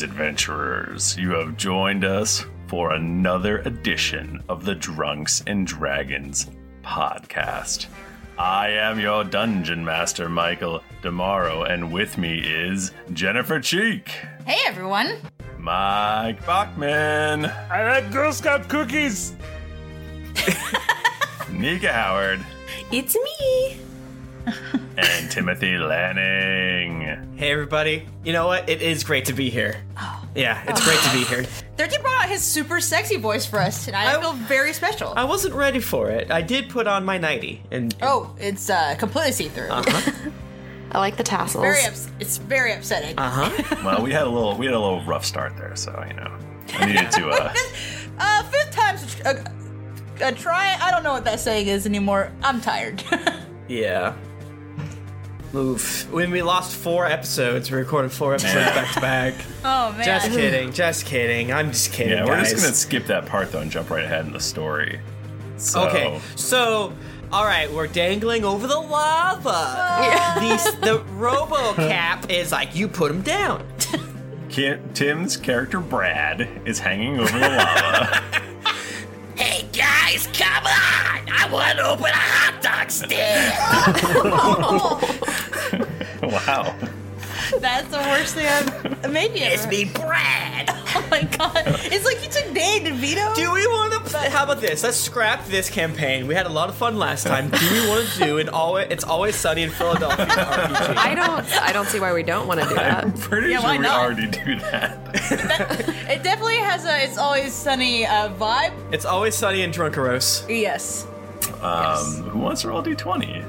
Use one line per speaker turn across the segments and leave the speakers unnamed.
adventurers, you have joined us for another edition of the Drunks and Dragons podcast. I am your dungeon master, Michael Damaro, and with me is Jennifer Cheek,
Hey everyone!
Mike Bachman,
I like Girl Scout cookies.
Nika Howard,
It's me.
and Timothy Lanning.
Hey everybody. You know what? It is great to be here. Yeah, it's great to be here.
Dirty brought out his super sexy voice for us tonight.
Oh.
I, feel very special.
I wasn't ready for it. I did put on my nightie and
oh, it's uh, completely see through.
Uh-huh.
I like the tassels.
Very ups- it's very upsetting.
Uh.
Well, we had a little we had a little rough start there, so you know. I needed to uh
Uh, fifth time's a, a, a try. I don't know what that saying is anymore. I'm tired.
yeah. Oof. When we lost four episodes, we recorded four episodes back to back.
oh man.
Just kidding. Just kidding. I'm just kidding.
Yeah, we're just
guys.
gonna skip that part though and jump right ahead in the story. So,
Okay, so all right, we're dangling over the lava. These, the RoboCap is like you put him down.
Ki- Tim's character Brad is hanging over the lava.
Hey guys, come on! I want to open a hot dog stand.
wow.
Oh, That's the worst thing I've maybe ever.
me, Brad.
Oh my god! It's like you took Dave DeVito.
Do we want to? How about this? Let's scrap this campaign. We had a lot of fun last time. Do we want to do an always? It's always sunny in Philadelphia RPG.
I don't. I don't see why we don't want to do
I'm
that.
pretty
Yeah, why
sure we
not?
already do that.
It definitely has a "It's Always Sunny" uh, vibe.
It's always sunny in Drunkaros.
Yes.
Um, who wants to roll d20?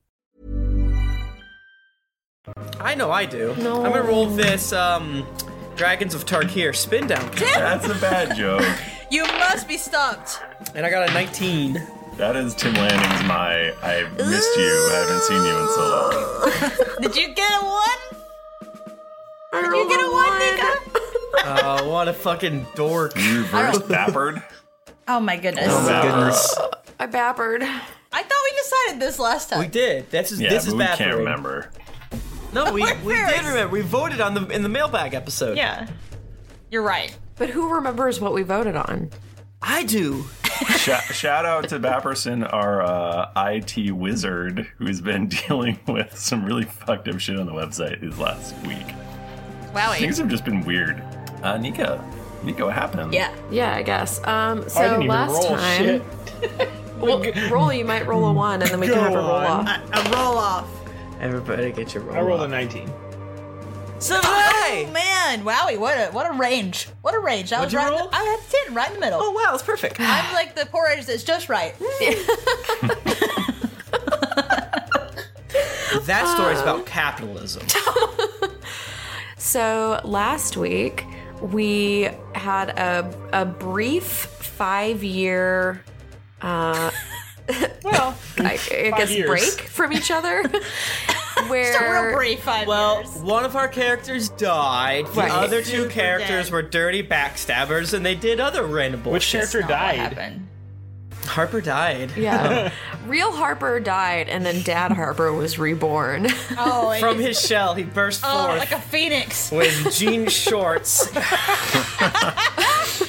I know I do. No. I'm gonna roll this um, Dragons of Tarkir spin down,
That's a bad joke.
You must be stumped.
and I got a 19.
That is Tim Lanning's my I missed you, I haven't seen you in so long.
Did you get a one?
Did
You get a one, Nika?
Oh, what a fucking dork.
You versus Bappard?
Oh my goodness.
goodness.
I bappered.
I thought we decided this last time.
We did. That's just,
Yeah,
this is
but we
bad.
can't
for me.
remember.
No, we, we
We're
did
first.
remember. We voted on the in the mailbag episode.
Yeah. You're right.
But who remembers what we voted on?
I do.
Sh- shout out to Bapperson, our uh, IT wizard, who's been dealing with some really fucked up shit on the website his last week. Things
Wowie.
have just been weird. Uh, Nika, Nika, what happened?
Yeah.
Yeah, I guess. Um. So
I didn't even
last
roll
time,
shit.
well, roll. You might roll a one, and then we can have a roll
on.
off.
A roll off.
Everybody get your roll.
I rolled a 19.
Oh man, wowie, what a what a range. What a range. I
What'd
was
you
right
roll?
In the, I had ten right in the middle.
Oh wow, it's perfect.
I'm like the poor edge that's just right.
Uh,
that story's about capitalism.
So last week we had a a brief five year. Uh, well, I, I
five
guess
years.
break from each other. where
five
well, one of our characters died. The
Right.
other two
Super
characters
dead.
were dirty backstabbers, and they did other random bullshit.
Which character That's not what died?
Harper died.
Yeah. Real Harper died, and then Dad Harper was reborn.
Oh,
From his shell, he burst
Oh.
forth
like a phoenix.
with jean shorts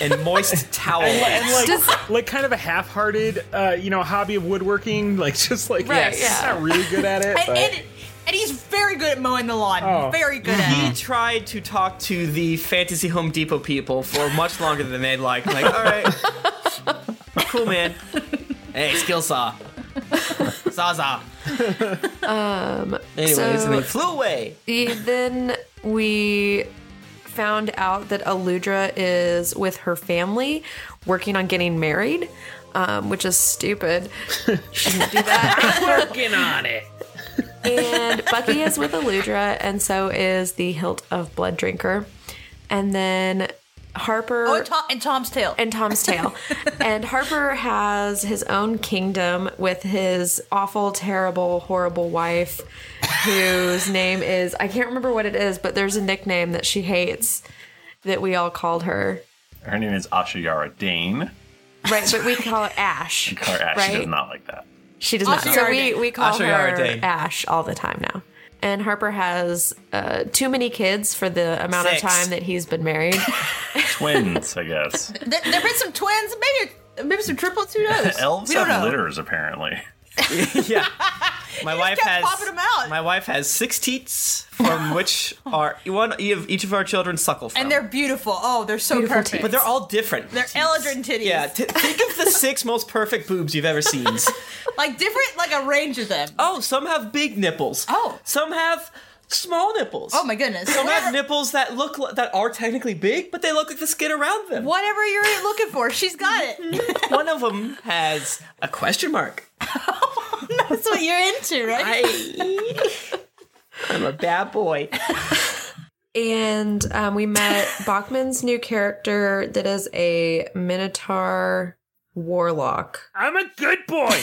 and moist towels.
And, li- and, like, like kind of a half-hearted, uh, you know, hobby of woodworking. Like just like
Right,
yes,
yeah.
not really good at it.
And-
but-
and- And he's very good at mowing the lawn. Very good at
Oh. He tried to talk to the Fantasy Home Depot people for much longer than they'd like. Like, all right, cool, man. Hey, skill saw, Zaza.
um,
Anyways,
so-
and they flew away.
E- then we found out that Aludra is with her family working on getting married, um, which is stupid. Shouldn't do that.
working on it.
and Bucky is with Aludra, and so is the hilt of Blood Drinker. And then Harper.
Oh, and, Tom, and Tom's tail.
And Tom's tail. and Harper has his own kingdom with his awful, terrible, horrible wife, whose name is I can't remember what it is, but there's a nickname that she hates that we all called her.
Her name is Ashayara Dane.
Right, but we call it Ash.
Car Ash
right?
does not like that.
She does not. So we, we call
Ashayara
her
Dane.
Ash all the time now. And Harper has uh, too many kids for the amount
Six.
of time that he's been married.
Twins, I guess.
There, there have been some twins, maybe maybe some triplets. Who knows?
Elves
we don't
have
know.
litters, apparently.
yeah, my wife has
popping 'em out.
my wife has six teats, from which are one of each of our children suckle from.
And they're beautiful. Oh, they're so
Beautiful
perfect.
tits. But they're all different.
They're Eldrin titties.
yeah, t- think of the six most perfect boobs you've ever seen.
like different, like a range of them.
Oh, some have big nipples. Oh, some have small nipples.
Oh my goodness.
Some
Whatever-
have nipples that look li- that are technically big, but they look like the skin around them.
Whatever you're looking for, she's got it.
One of them has a question mark.
That's what you're into, right?
I'm a bad boy.
and um, we met Bachman's new character that is a Minotaur warlock,
I'm a good boy.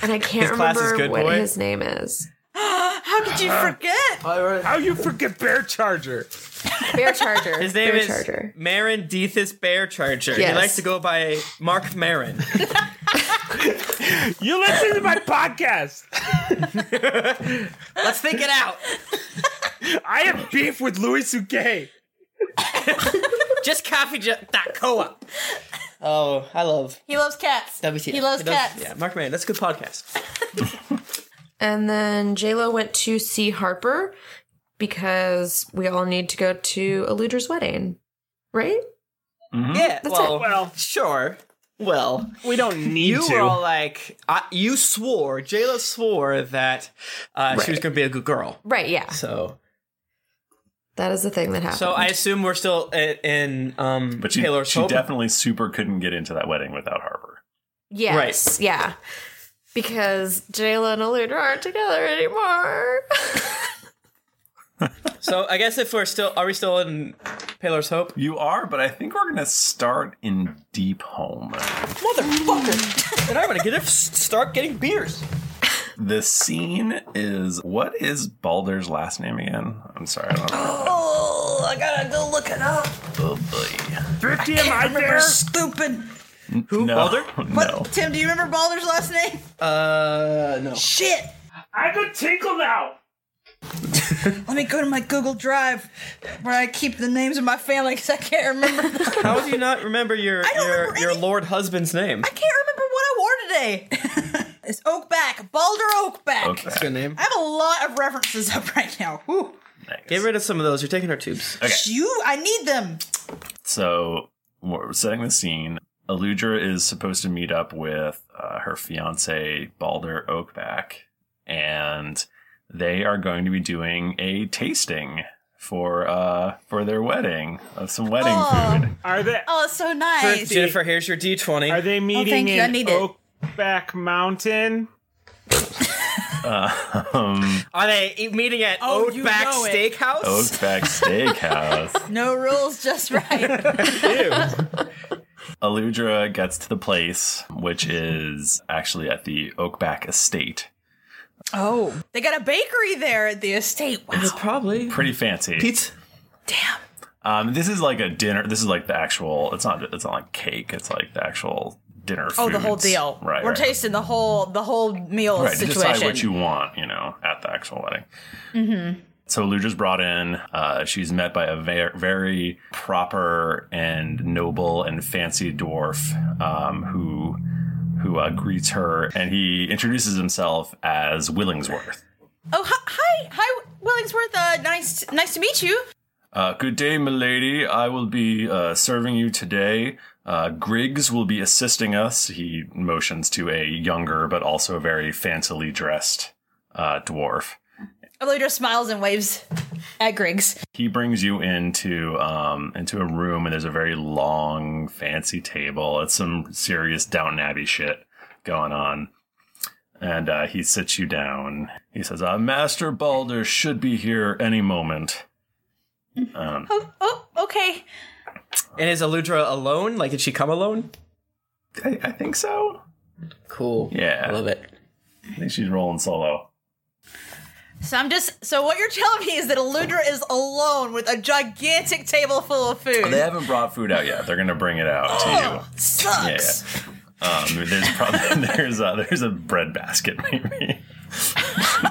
and I can't
His class is
remember
good
what
boy?
his name is.
How did you forget?
How you forget Bear Charger?
Bear Charger.
His name
Bear
is Marin Dethis Bear Charger. He
Yes.
likes to go by Mark Marin.
You listen to my podcast.
Let's think it out.
I have beef with Louis Suke.
Just coffee ju- that co-op. Oh, I love
He loves cats.
WTF.
He loves
It does-
cats.
Yeah, Mark Marin. That's a good podcast.
And then JLo went to see Harper because we all need to go to Eluder's wedding, right?
Mm-hmm.
Yeah.
That's
well,
it.
well, sure. Well,
we don't need
you
to.
were all like, I, you swore, Jayla swore that uh, she was going to be a good girl.
Right, yeah.
So
That is the thing that happened.
So I assume we're still in, in um,
But she,
Taylor's
she
hope.
definitely super couldn't get into that wedding without Harper.
yes, yeah. Because JLo and Eludra aren't together anymore.
so I guess if we're still, are we still in Paler's Hope?
You are, but I think we're gonna start in Deep Home.
Motherfucker! and I'm going to get start getting beers.
The scene is what is Balder's last name again? I'm sorry, I don't know.
Oh, I gotta go look it up.
Oh boy.
Thrifty,
am I there? Stupid.
Who no,
Balder?
No.
Tim, do you remember Balder's last name?
Uh, no.
Shit.
I could tinkle now.
Let me go to my Google Drive where I keep the names of my family because I can't remember. them.
How do you not remember your your, your lord husband's name?
I can't remember what I wore today. it's Oakback, Balder Oakback.
That's a good name.
I have a lot of references up right now. Whew.
Get rid of some of those. You're taking our tubes.
Okay.
You, I need them.
So we're setting the scene. Aludra is supposed to meet up with uh, her fiance Balder Oakback, and they are going to be doing a tasting for uh for their wedding of some wedding
Oh.
food.
Are they?
Oh, it's so nice. Oh,
Jennifer, here's your D20.
Are they meeting
you, I
in
need it.
Oakback Mountain?
Uh, um,
Are they eat- meeting at
Oh, you
Oatback
know it.
Steakhouse?
Oakback Steakhouse.
No rules, just right.
Aludra gets to the place, which is actually at the Oakback Estate.
oh, they got a bakery there at the estate. Wow.
probably
Pretty fancy. Pizza. Damn. Um, this is like a dinner. This is like the actual. It's not. It's not like cake. It's like the actual dinner.
Oh, the whole
foods.
deal.
Right.
We're
right.
tasting the whole the whole meal
Right.
situation.
To decide what you want, you know, at the actual wedding.
Mm-hmm.
So Ludra's brought in. Uh, she's met by a ver- very proper and noble and fancy dwarf um, who who uh, greets her, and he introduces himself as Willingsworth.
Oh, hi, hi, hi, Willingsworth. Uh, nice, nice to meet you.
Uh, good day, milady. I will be uh, serving you today. Uh, Griggs will be assisting us. He motions to a younger but also very fancily dressed uh, dwarf.
Eludra smiles and waves at Griggs.
He brings you into um, into a room, and there's a very long, fancy table. It's some serious Downton Abbey shit going on. And uh, he sits you down. He says, uh, "Master Balder should be here any moment." Um,
Oh, okay.
And is Aludra alone? Like, did she come alone?
I, I think so.
Cool.
Yeah, I love
it.
I think she's rolling solo.
So I'm just. So what you're telling me is that Eludra is alone with a gigantic table full of food.
They haven't brought food out yet. They're gonna bring it out to
Oh,
you.
sucks.
Yeah. Um, there's probably there's a, there's a bread basket maybe.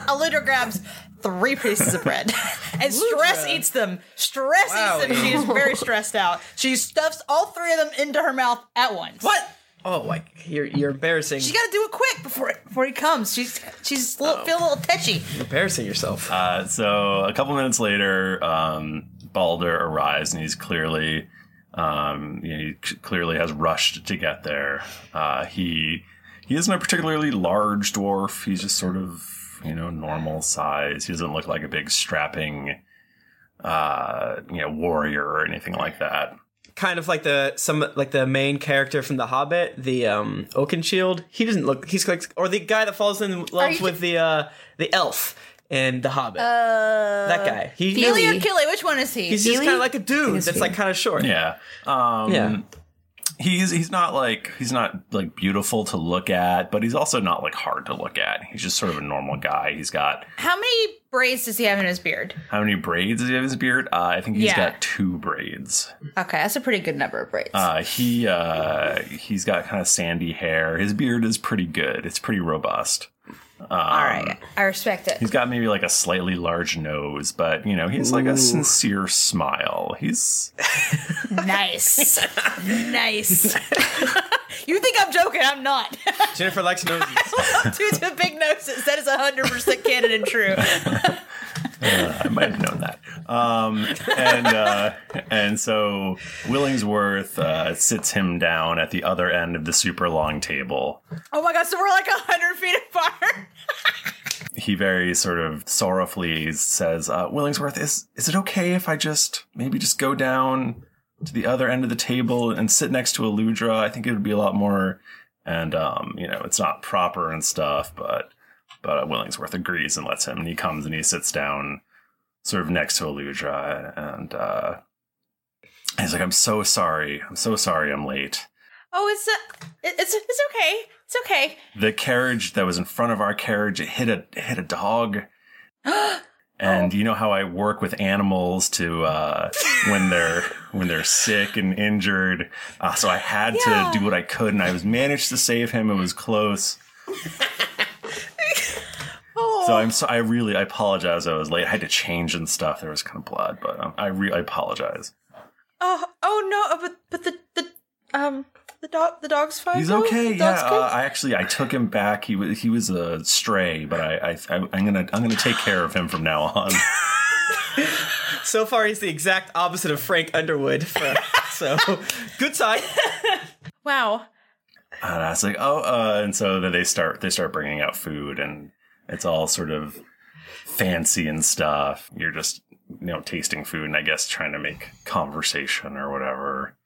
Eludra grabs three pieces of bread and stress eats them. Stress
Wow.
eats them. She is very stressed out. She stuffs all three of them into her mouth at once. What?
Oh, like you're you're embarrassing.
She got to do it quick before before he comes. She's she's a little, feel a little tetchy.
You're embarrassing yourself.
Uh, so a couple minutes later, um, Balder arrives and he's clearly um, you know, he c- clearly has rushed to get there. Uh, he he isn't a particularly large dwarf. He's just sort of you know normal size. He doesn't look like a big strapping uh, you know warrior or anything like that.
kind of like the some like the main character from The Hobbit, the um Oakenshield. He doesn't look. He's like, or the guy that falls in love with the uh the elf in The Hobbit.
Uh,
that guy. He
Billy or Killy? Which one is he?
He's just kind of like a dude that's like kind of short.
Yeah. Um,
Yeah.
He's he's not like he's not like beautiful to look at, but he's also not like hard to look at. He's just sort of a normal guy. He's got
How many braids does he have in his beard?
how many braids does he have in his beard? Uh, I think he's
Yeah.
got two braids.
Okay, that's a pretty good number of braids.
Uh, he uh, he's got kind of sandy hair. His beard is pretty good. It's pretty robust. Um, All right.
I respect it.
He's got maybe like a slightly large nose, but you know he's like
Ooh.
a sincere smile. He's
nice, nice. you think I'm joking? I'm not.
Jennifer likes noses.
Dude's with big noses. That is 100 percent canon and true.
Uh, I might have known that. Um, and uh, and so Willingsworth uh, sits him down at the other end of the super long table.
Oh my god! So we're like 100 feet apart.
He very sort of sorrowfully says, uh, "Willingsworth, is is it okay if I just maybe just go down to the other end of the table and sit next to Eludra? I think it would be a lot more." And um, you know, it's not proper and stuff, but but uh, Willingsworth agrees and lets him. And he comes and he sits down, sort of next to Eludra, and uh, and he's like, "I'm so sorry. I'm so sorry. I'm late."
Oh, it's uh, it- it's it's okay. It's okay.
The carriage that was in front of our carriage it hit a it hit a dog. And you know how I work with animals to uh, when they're when they're sick and injured. Uh, so I had to do what I could, and I was managed to save him. It was close. So I'm so I really I apologize. I was late. I had to change and stuff. There was kind of blood, but um, I re- I apologize.
Oh, oh no! uh, But but the the um the dog the dog's fine.
He's
though?
okay.
The
Yeah,
dog's
uh,
good?
I actually I took him back. He was he was a stray, but I, I I I'm gonna I'm gonna take care of him from now on.
So far, he's the exact opposite of Frank Underwood. for- so good sign.
wow.
And I was like, oh, uh, and so then they start they start bringing out food, and it's all sort of fancy and stuff. You're just you know tasting food, and I guess trying to make conversation or whatever.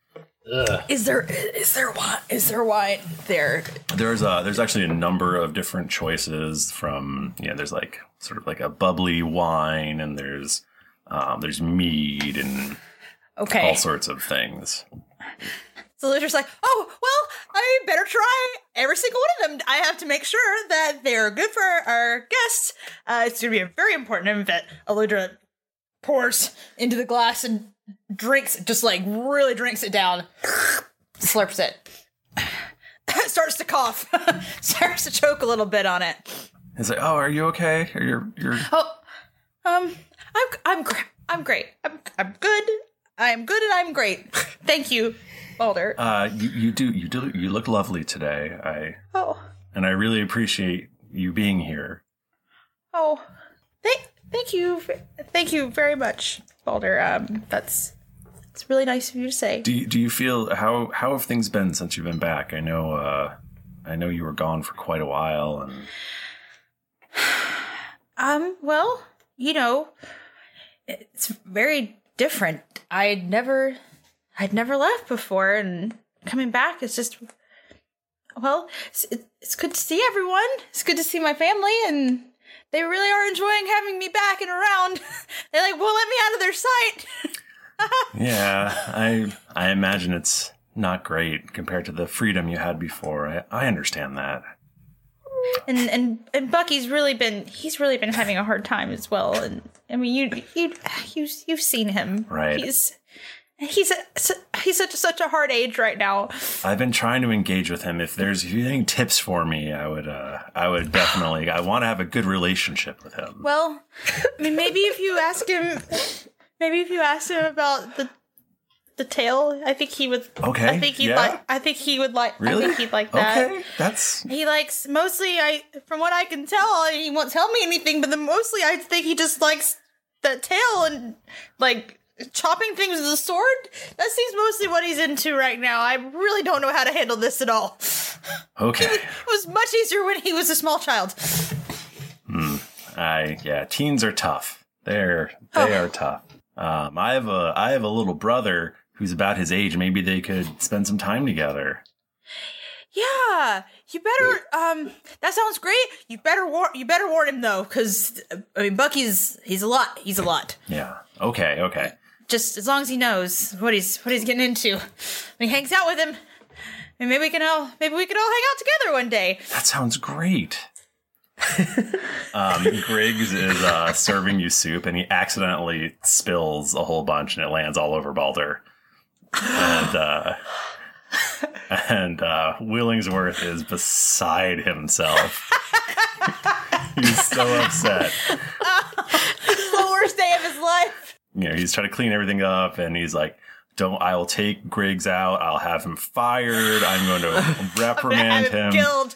Ugh.
Is there is there wine? Is there wine there?
There's a there's actually a number of different choices from yeah. There's like sort of like a bubbly wine, and there's um, there's mead and
Okay.
all sorts of things.
So they're just like, oh well, I better try every single one of them. I have to make sure that they're good for our guests. Uh, it's gonna be a very important event. Aludra pours into the glass and drinks, just like really drinks it down, slurps it, starts to cough, starts to choke a little bit on it.
It's like, oh, are you okay? Are you you're
Oh, um, I'm I'm gr- I'm great. I'm I'm good. I'm good and I'm great. Thank you, Balder.
uh, you you do you do you look lovely today. I
Oh.
and I really appreciate you being here.
Oh, thank thank you, thank you very much, Balder. Um, that's it's really nice of you to say.
Do you, do you feel how how have things been since you've been back? I know uh, I know you were gone for quite a while, and
Um, well, you know, it's very different. I had never, I'd never left before, and coming back is just, well, it's, it's good to see everyone. It's good to see my family, and they really are enjoying having me back and around. they like won't let me out of their sight.
yeah, I I imagine it's not great compared to the freedom you had before. I, I understand that.
and and and Bucky's really been he's really been having a hard time as well. And I mean you you you you've seen him,
Right.
He's he's a, he's at such a hard age right now.
I've been trying to engage with him. If there's if you have any tips for me, I would uh, I would definitely I want to have a good relationship with him.
Well, I mean maybe if you ask him, maybe if you ask him about the the tail, I think he would.
Okay,
I think he'd
yeah.
like. I think he would like. I
Really?
think he'd like that.
Okay, that's
He likes mostly. I from what I can tell, he won't tell me anything. But then mostly, I think he just likes that tail and like chopping things with a sword. That seems mostly what he's into right now. I really don't know how to handle this at all.
okay.
It was much easier when he was a small child.
Hmm. I yeah, teens are tough. They're they are tough. Um, I have a I have a little brother who's about his age. Maybe they could spend some time together.
Yeah, you better. Um, that sounds great. You better warn. You better warn him though, because I mean, Bucky's he's a lot. He's a lot.
Yeah. Okay. Okay.
just as long as he knows what he's what he's getting into. When he hangs out with him, and maybe we can all maybe we can all hang out together one day.
That sounds great. um, Griggs is uh, serving you soup, and he accidentally spills a whole bunch, and it lands all over Balder. And uh, and uh, Willingsworth is beside himself. He's so upset.
It's the Uh, worst day of his life.
you know, he's trying to clean everything up and he's like, don't, I will take Griggs out. I'll have him fired. I'm going to reprimand him.
Killed.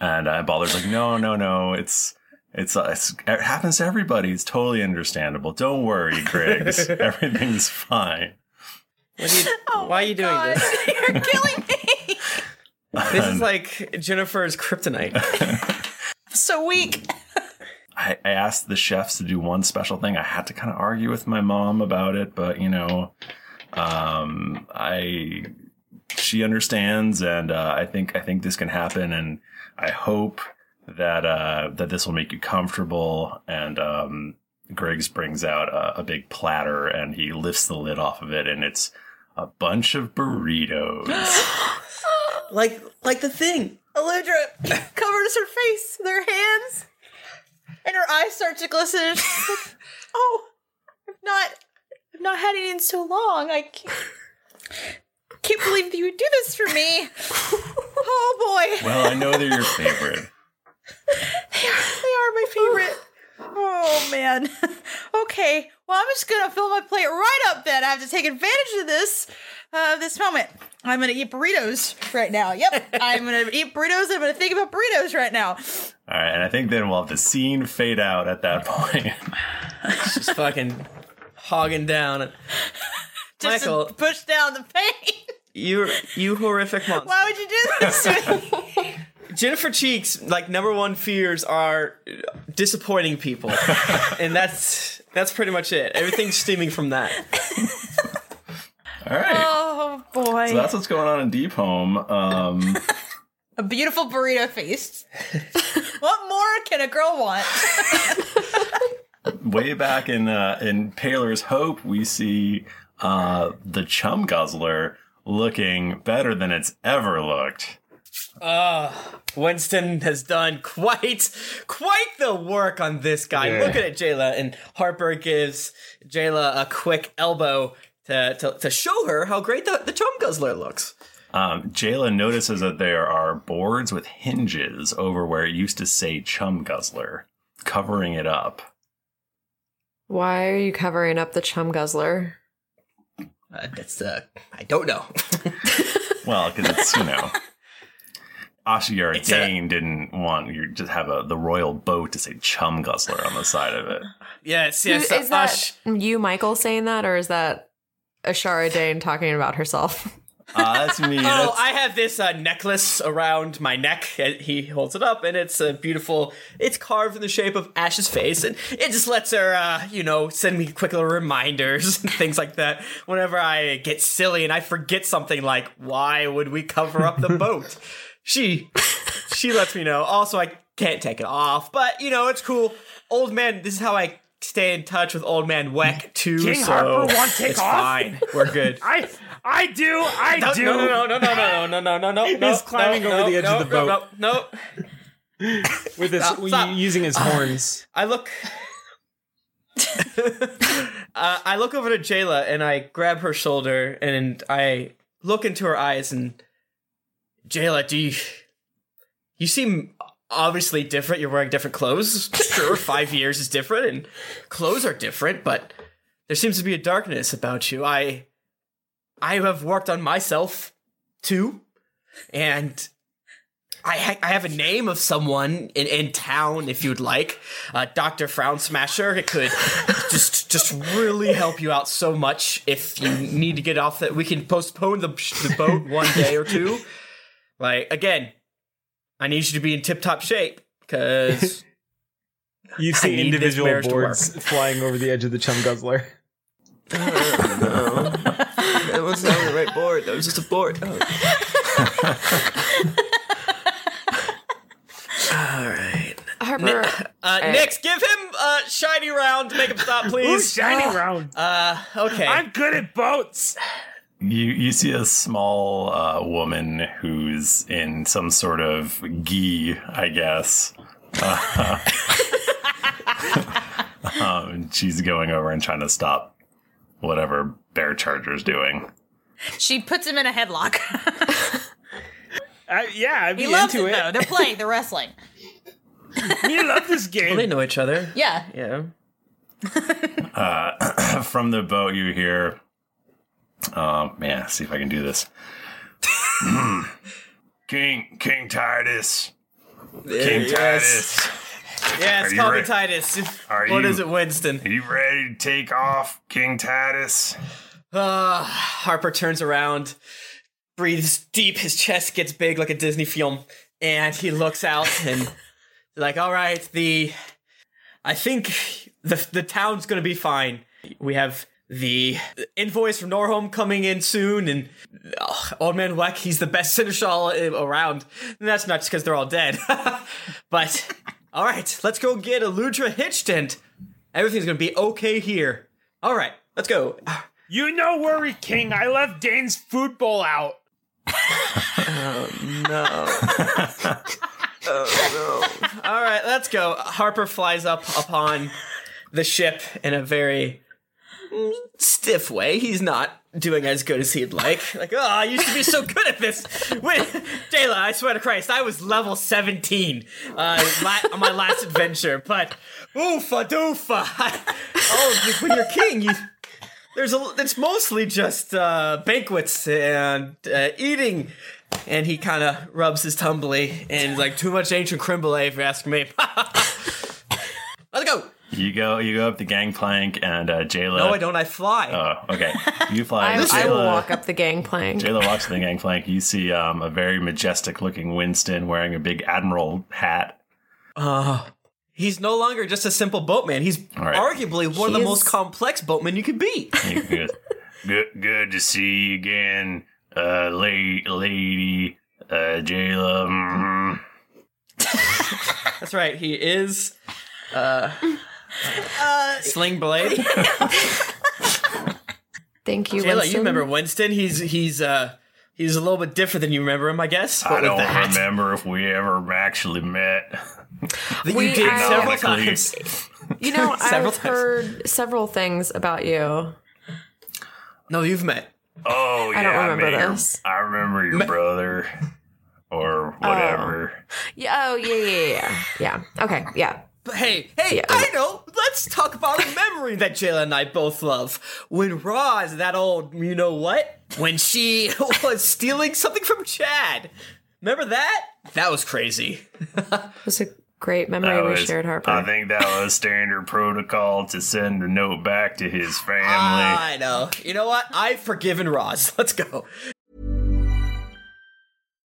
And uh, Balder's like, no, no, no. It's, it's, uh, it's, it happens to everybody. It's totally understandable. Don't worry, Griggs. Everything's fine.
Why are you doing this?
Oh You're killing me.
This is like Jennifer's kryptonite.
I'm so weak.
I, I asked the chefs to do one special thing. I had to kind of argue with my mom about it, but you know, um, I she understands, and uh, I think I think this can happen, and I hope that uh, that this will make you comfortable. And um, Griggs brings out a, a big platter, and he lifts the lid off of it, and it's a bunch of burritos.
like like the thing.
Aludra covers her face with her hands, and her eyes start to glisten. She's like, oh, I've not, I've not had it in so long. I can't, can't believe that you would do this for me. Oh boy.
well, I know they're your favorite.
They are, they are my favorite. Oh man. Okay. Well, I'm just gonna fill my plate right up. Then I have to take advantage of this, uh, this moment. I'm gonna eat burritos right now. Yep. I'm gonna eat burritos. I'm gonna think about burritos right now.
All right, and I think then we'll have the scene fade out at that point.
It's just fucking hogging down.
Just
Michael,
to push down the pain.
you you horrific monster.
Why would you do this to me?
Jennifer Cheeks, like number one fears are disappointing people, and that's that's pretty much it. Everything's stemming from that.
All right.
Oh,
boy.
So that's what's going on in Deep Home. Um,
A beautiful burrito feast. what more can a girl want?
way back in uh, in Paler's Hope, we see uh, the Chum Guzzler looking better than it's ever looked.
Uh, Winston has done quite, quite the work on this guy.
Yeah.
Look at it, Jayla. And Harper gives Jayla a quick elbow to, to, to show her how great the, the chum guzzler looks.
Um, Jayla notices that there are boards with hinges over where it used to say Chum Guzzler, covering it up.
Why are you covering up the chum guzzler?
Uh, that's, uh, I don't know.
Well, because it's you know, Ashiar Dane didn't want you to have a the royal boat to say Chum Guzzler on the side of it.
Yes,
Who- is that you, Michael, saying that, or is that Ashara Dane talking about herself?
Ah,
Uh, that's me.
Oh, I have this uh, necklace around my neck. and He holds it up, and it's a beautiful. It's carved in the shape of Ash's face, and it just lets her, uh, you know, send me quick little reminders and things like that. Whenever I get silly and I forget something, like why would we cover up the boat? She, she lets me know. Also, I can't take it off, but you know, it's cool. Old man, this is how I stay in touch with Old Man Weck too.
King
so
Harper won't take
it's
off?
Fine, we're good.
I I do I
No,
do.
no, no, no, no, no, no, no, no, no, no.
He's climbing
no,
over
no,
the edge
no,
of the
no,
boat.
No, no.
with his
Stop, stop. Ah,
using his horns.
I look. uh, I look over to Jayla and I grab her shoulder and I look into her eyes and Jayla, do you? You seem obviously different. You're wearing different clothes. Sure, five years is different and clothes are different, but there seems to be a darkness about you. I, I have worked on myself too, and I, ha- I have a name of someone in, in town if you'd like. Uh, Dr. Frown Smasher. It could just just really help you out so much if you need to get off that. We can postpone the, the boat one day or two. Like, again, I need you to be in tip top shape because
You
I
see
need this
individual
marriage to work.
boards flying over the edge of the chum guzzler.
that was not the right board. That was just a board. Oh. All right.
Harper,
Uh,
Hey.
Nix, give him a shiny round to make him stop, please.
shiny round.
Uh, okay.
I'm good at boats.
You you see a small uh, woman who's in some sort of gi, I guess. Uh, um, she's going over and trying to stop whatever Bear Charger's doing.
she puts him in a headlock.
I, yeah, I'd be
He loves
into
it, though.
it.
They're playing, they're wrestling.
You love this
Well, they
game.
know each other.
Yeah.
Yeah.
Uh, from the boat, you hear. Um, man, see if I can do this. King King Titus, King Titus,
Yeah,
Are
it's
you
called me
re-
Titus.
are
What
you-
is it, Winston?
are you ready to take off, King Titus?
Uh, Harper turns around, breathes deep, his chest gets big like a Disney film, and he looks out and like, all right, the I think the the town's gonna be fine. We have the invoice from Norholm coming in soon, and ugh, Old Man Weck, he's the best seneschal uh, around. And that's not just because they're all dead. but, all right, let's go get a Ludra hitched, and everything's going to be okay here. All right, let's go.
You no worry, King. I left Dane's food bowl out.
All right, let's go. Harper flies up upon the ship in a very stiff way. He's not doing as good as he'd like. Like, oh, I used to be so good at this. Wait, Jayla, I swear to Christ, I was level 17 uh, la- on my last adventure, but oofa doofa. oh, when you're king, you. There's a. It's mostly just uh, banquets and uh, eating, and he kind of rubs his tumbly and is like too much ancient creme brulee if you ask me. Let's go.
You go, you go up the gangplank, and uh, Jayla.
No, I don't. I fly.
Oh, okay. You fly.
I, I
Jayla,
will walk up the gangplank.
Jayla walks to the gangplank. You see um, a very majestic-looking Winston wearing a big admiral hat.
Uh, he's no longer just a simple boatman. He's
right.
arguably one of the
He's-
most complex boatmen you could be.
He goes, good, good to see you again, uh, la- lady, uh, Jayla. mm.
That's right. He is uh,
Uh,
Sling Blade.
Thank you,
Jayla,
Winston.
you remember Winston? He's he's uh he's a little bit different than you remember him, I guess.
I
with the
don't
hat.
remember if we ever actually met.
That
We
you did
are-
several
Canonically.
times.
You know,
Several
I've
times.
heard several things about you.
No, you've met.
Oh yeah,
I don't remember
met your-
this.
I remember your brother, or
Oh,
whatever.
Yeah, oh yeah, yeah, yeah, yeah. Yeah. Okay, yeah.
But hey, hey,
Yeah.
I know. Let's talk about a memory that Jayla and I both love. When Raw is that old, you know what? When she was stealing something from Chad. Remember that? That was crazy.
It was a great memory
That
we
was-
shared, Harper.
I think that was standard protocol to send a note back to his family.
Ah, I know. You know what? I've forgiven Roz. Let's go.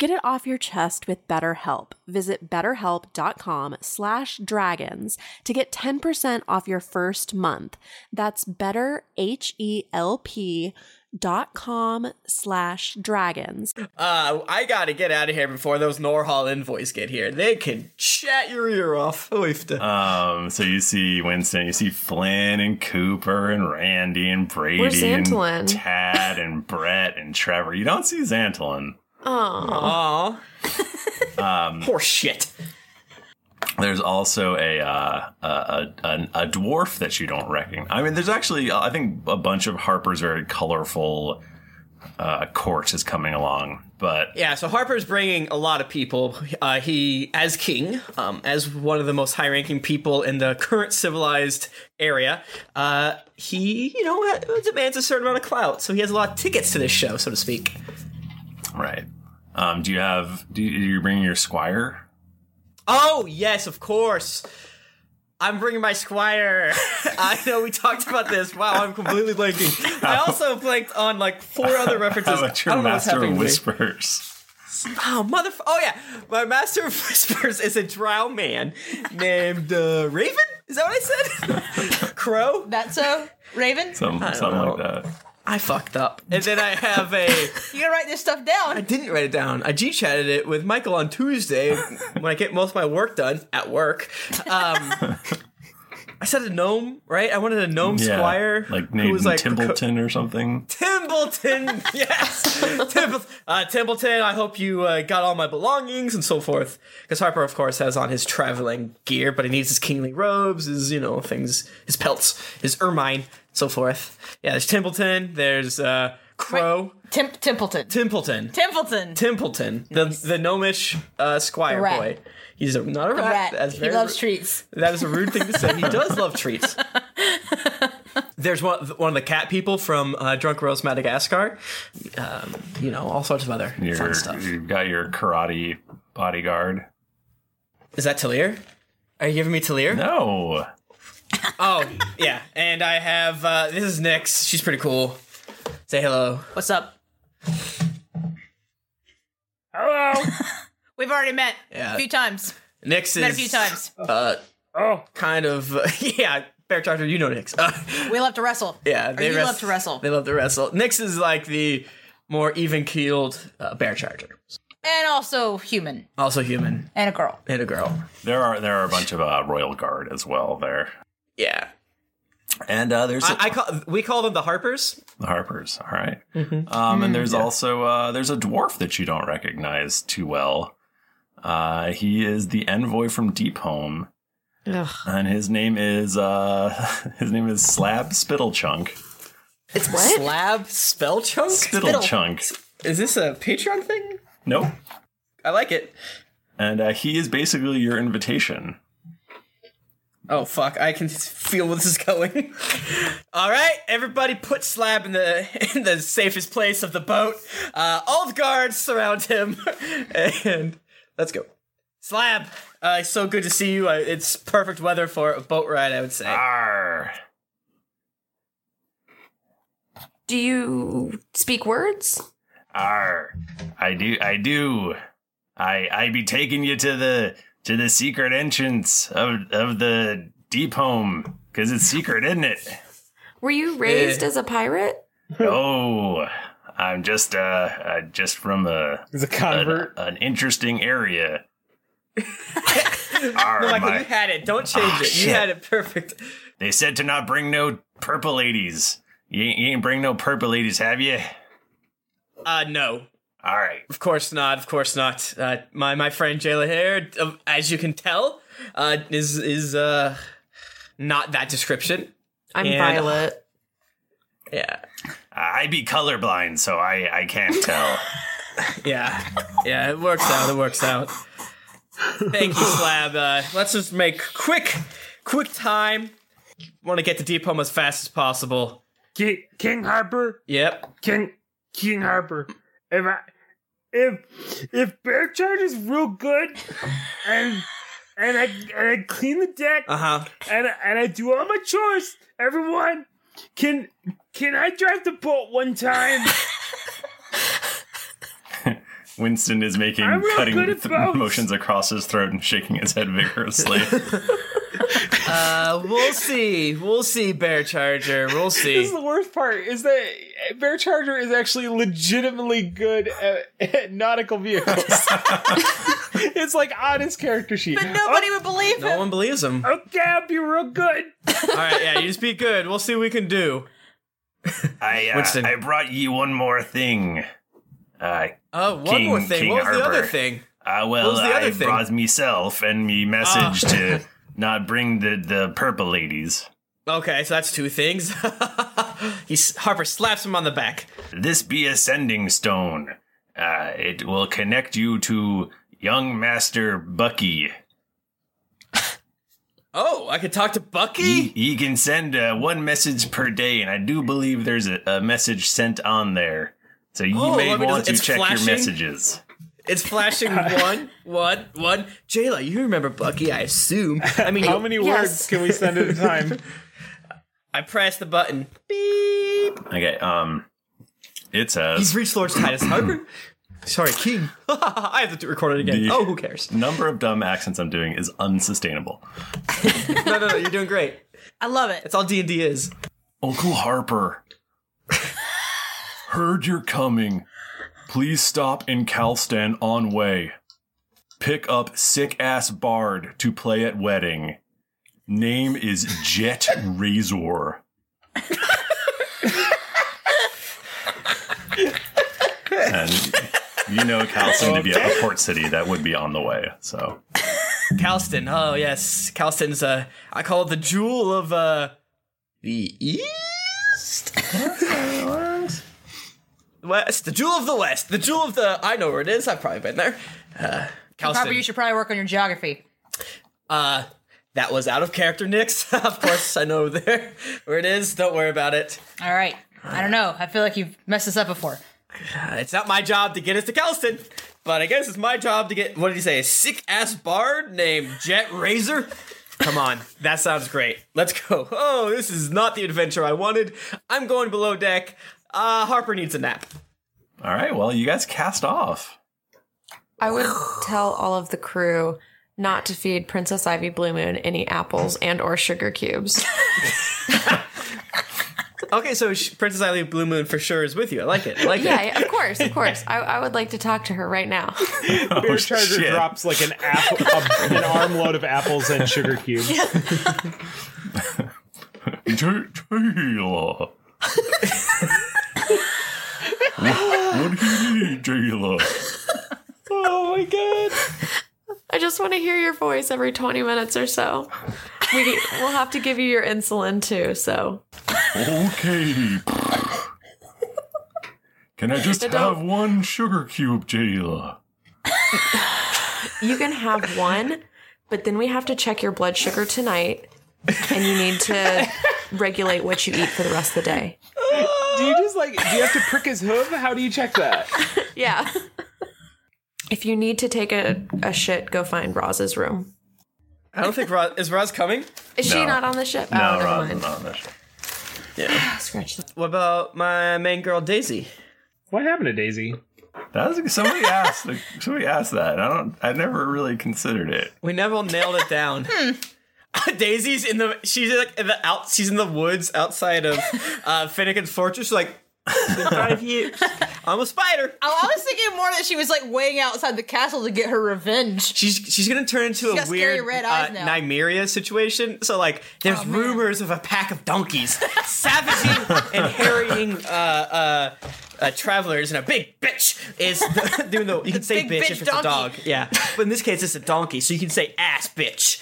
Get it off your chest with BetterHelp. Visit betterhelp.com slash dragons to get 10% off your first month. That's betterhelp.com slash dragons.
Uh, I gotta get out of here before those Norhall envoys get here. They can chat your e- ear off.
Um, so you see Winston, you see Flynn and Cooper and Randy and Brady
Xantolin?
and Tad and Brett and Trevor. You don't see Xantolin.
Aww.
Um,
Poor shit.
There's also a, uh, a, a, an- a dwarf that you don't recognize. I mean, there's actually, uh, I think, a bunch of Harper's very colorful uh, court is coming along. But
Yeah, so Harper's bringing a lot of people. Uh, he, as king, um, as one of the most high-ranking people in the current civilized area, uh, he, you know, uh, demands a certain amount of clout. So he has a lot of tickets to this show, so to speak.
right, um, do you have? Do you, are you bringing your squire?
Oh yes, of course. I'm bringing my squire. I know we talked about this. Wow, I'm completely blanking. I also blanked on like four other references.
How about
I
your
don't know what's
master
happening to me.
whispers?
Oh mother! Oh yeah, my master of whispers is a drow man named uh, Raven. Is that what I said? Crow.
That's so. Raven.
Some, something like that.
I fucked up, and then I have a.
You gotta write this stuff down.
I didn't write it down. I G chatted it with Michael on Tuesday when I get most of my work done at work. Um, I said a gnome, right? I wanted a gnome
Uh, Yeah,
squire
like
who
named
was like
Timbleton or something.
Timbleton, yes, Timble- uh, Timbleton. I hope you uh, got all my belongings and so forth. Because Harper, of course, has on his traveling gear, but he needs his kingly robes, his you know things, his pelts, his ermine, so forth. Yeah, there's Timbleton. There's uh, Crow.
Tim- Timpleton.
Timpleton.
Templeton.
Timpleton, the the gnomish uh, squire
The rat.
boy. He's a, not a
The
rat.
rat.
That's
He
very
loves
ru-
treats.
That is a rude thing to say. He does love treats. There's one one of the cat people from uh, Drunk Rose Madagascar. Um, you know, all sorts of other
Your,
fun stuff.
you've got your karate bodyguard.
Is that Talir? Are you giving me Talir?
No.
Oh yeah, and I have uh, this is Nyx. She's pretty cool. Say hello.
What's up? Hello. We've already met
Yeah.
a few times.
Nyx is
Met a few times.
Uh, oh, kind of. Uh, yeah, Bear Doctor, you know Nyx. Uh,
We love to wrestle.
Yeah,
Or you love to wrestle.
They love to wrestle. Nyx is like the more even keeled uh, bear charger,
And also human.
also human
And a girl.
and a girl.
There are there are a bunch of uh, royal guard as well there.
Yeah,
and uh, there's
I, I call we call them the Harpers.
the Harpers. All right. Um,
Hmm.
and
Mm-hmm.
there's also uh, there's a dwarf that you don't recognize too well. Uh, he is the envoy from Deep Home,
Ugh.
and his name is uh, his name is Slab Spittlechunk.
It's what slab spell chunk
Spittlechunk.
Is this a Patreon thing?
Nope.
I like it.
And uh, he is basically your invitation.
Oh fuck! I can feel where this is going. All right, everybody, put Slab in the in the safest place of the boat. Uh, all the guards surround him, and let's go. Slab, uh, so good to see you. Uh, it's perfect weather for a boat ride, I would say.
Do you speak words?
Arr, I do, I do. I I be taking you to the to the secret entrance of of the deep home because it's secret, isn't it?
Were you raised
Eh.
as a pirate?
oh, I'm just uh, uh just from a
a convert.
an, an interesting area.
No,
Arr,
Michael,
my-
you had it. Don't change
Ah,
it. You
shit.
had it perfect.
They said to not bring no purple ladies. You ain't, you ain't bring no purple ladies, have you?
Uh, no.
All right.
Of course not. Of course not. Uh, my my friend Jayla here, uh, as you can tell, uh, is is uh, not that description.
I'm
Violet.
yeah.
I be colorblind, so I I can't tell.
yeah, yeah. It works out. It works out. Thank you, Slab. Uh, let's just make quick, quick time. Want to get to Deep Home as fast as possible.
King, King Harper.
Yep.
King King Harper. If I if if Bear Charge is real good and and I and I clean the deck
Uh-huh.
and and I do all my chores, everyone can can I drive the boat one time?
Winston is making
I'm real
cutting
good at
th-
both.
motions across his throat and shaking his head vigorously.
Uh, we'll see. We'll see, Bear Charger. We'll
This is
see.
the worst part is that Bear Charger is actually legitimately good at, at nautical vehicles. it's like on his character sheet. But
nobody would believe
No one believes him.
Okay, I'll be real good.
All right, yeah, you just be good. We'll see what we can do.
I uh,
Winston.
I brought you one more thing. Uh,
Oh, one more thing. What was the other thing?
Uh,
What
well,
was the other
I
thing?
brought myself and me message
Ah.
to not bring the, the purple ladies.
Okay, so that's two things. he s- Harper slaps him on the back.
This be a sending stone. Uh, it will connect you to young master Bucky.
Oh, I could talk to Bucky.
He, he can send uh, one message per day, and I do believe there's a, a message sent on there. So you
Oh,
may
let me just-
want to
it's
check
flashing?
your messages.
It's flashing one, one, one. Jayla, you remember Bucky, I assume. I mean,
How many words can we send at a time?
I press the button.
Okay, um, it says
He's reached Lord Titus Harper. Sorry, King. I have to record it again.
The-
oh, who cares?
Number of dumb accents I'm doing is unsustainable.
no, no, no. You're doing great.
I love it.
That's all D and D is.
Uncle Harper, heard you're coming. Please stop in Calstan on way. Pick up sick ass bard to play at wedding. Name is Jet Razor. and you know Calstan to be a port city that would be on the way. So
Calston. Oh yes, Calston's. Uh, I call it the jewel of uh, the east. West, the jewel of the west, the jewel of the. I know where it is. I've probably been there. Uh,
Harper, you
Calston.
should probably work on your geography.
Uh, that was out of character, Nix. of course, I know there where it is. Don't worry about it.
All right. I don't know. I feel like you've messed this up before.
Uh, it's not my job to get us to Calston, but I guess it's my job to get. What did he say? A sick ass bard named Jet Razor. Come on, that sounds great. Let's go. Oh, this is not the adventure I wanted. I'm going below deck. Uh, Harper needs a nap.
all right, well you guys cast off.
I would tell all of the crew not to feed Princess Ivy Blue Moon any apples and or sugar cubes.
Okay, so sh- Princess Eileen Blue Moon for sure is with you. I like it. I like
yeah,
it.
yeah, of course, of course. I, I would like to talk to her right now.
Bear Charger
shit.
drops like an apple, a, an armload of apples and sugar cubes.
J- Jayla. what, what do you need, Jayla?
Oh my god. I just want to hear your voice every 20 minutes or so. We, we'll have to give you your insulin too, so.
Okay. Can I just
I don't-
have one sugar cube, Jayla?
You can have one, but then we have to check your blood sugar tonight, and you need to regulate what you eat for the rest of the day.
do you just like do you have to prick his hoof? How do you check that?
Yeah. If you need to take a, a shit, go find Roz's room.
I don't think Roz is Roz coming.
Is she not on the ship? oh, never mind.
on the ship.
Yeah.
Scratch that.
What about my main girl Daisy?
What happened to Daisy?
That was somebody asked. Like, somebody asked that. I don't. I never really considered it.
We never nailed it down.
Hmm.
Uh, Daisy's in the she's like in the out she's in the woods outside of uh Finnegan's fortress like in five years. I'm a spider.
I was thinking more that she was like waiting outside the castle to get her revenge.
She's she's gonna turn into
She's got
a
scary
weird
red eyes
uh,
now. Oh,
Nymeria situation. So like, there's rumors of a pack of donkeys savaging and harrying uh, uh, uh, travelers, and a big bitch is the, even though you can say
big
bitch,
bitch
if it's a
donkey.
dog, yeah. But in this case, it's a donkey, so you can say ass bitch.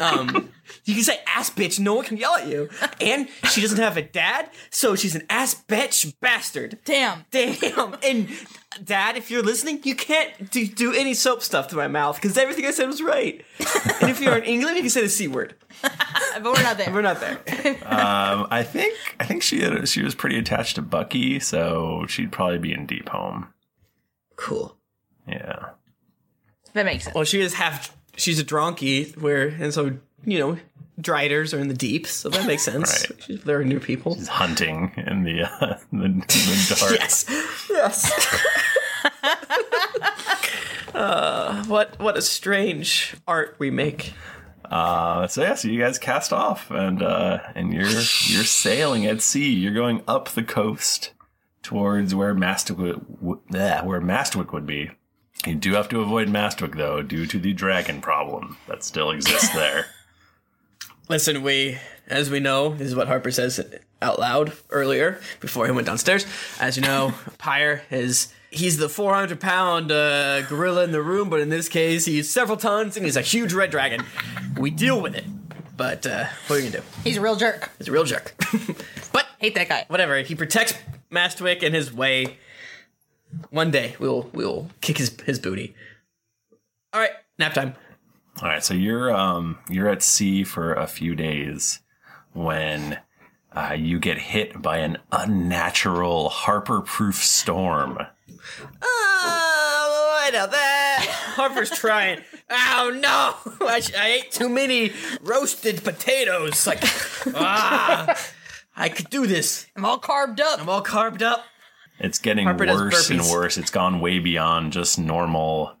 Um, you can say ass bitch. No one can yell at you. And she doesn't have a dad, so she's an ass bitch bastard.
Damn.
Damn. And dad, if you're listening, you can't do, do any soap stuff to my mouth because everything I said was right. and if you're in England, you can say the c word.
but we're not there.
We're not there.
Um, I think I think she had, she was pretty attached to Bucky, so she'd probably be in deep home.
Cool.
Yeah.
That makes sense.
Well, she is half. She's a donkey, where and so you know, driders are in the deep, so that makes sense. There are new people. She's
hunting in the uh, the, the dark.
Yes. Yes. uh, what what a strange art we make.
Uh, so yeah, so you guys cast off, and uh, and you're you're sailing at sea. You're going up the coast towards where Mastwick w- bleh, where Mastwick would be. You do have to avoid Mastwick though, due to the dragon problem that still exists there.
Listen, we, as we know, this is what Harper says out loud earlier before he went downstairs. As you know, Pyre is. He's the 400 pound uh, gorilla in the room, but in this case, he's several tons and he's a huge red dragon. We deal with it, but uh, what are you gonna do?
He's a real jerk.
He's a real jerk. but
hate that guy.
Whatever. He protects Mastwick and his way. One day we'll we'll kick his his booty. All right, nap time.
All right, so you're um you're at sea for a few days when uh, you get hit by an unnatural Harper-proof storm.
Oh, I know that. Harper's trying. Oh no! I, sh- I ate too many roasted potatoes. Like, ah, I could do this.
I'm all carved up.
I'm all carved up.
It's getting
Harper does
worse and
burpees.
worse. It's gone way beyond just normal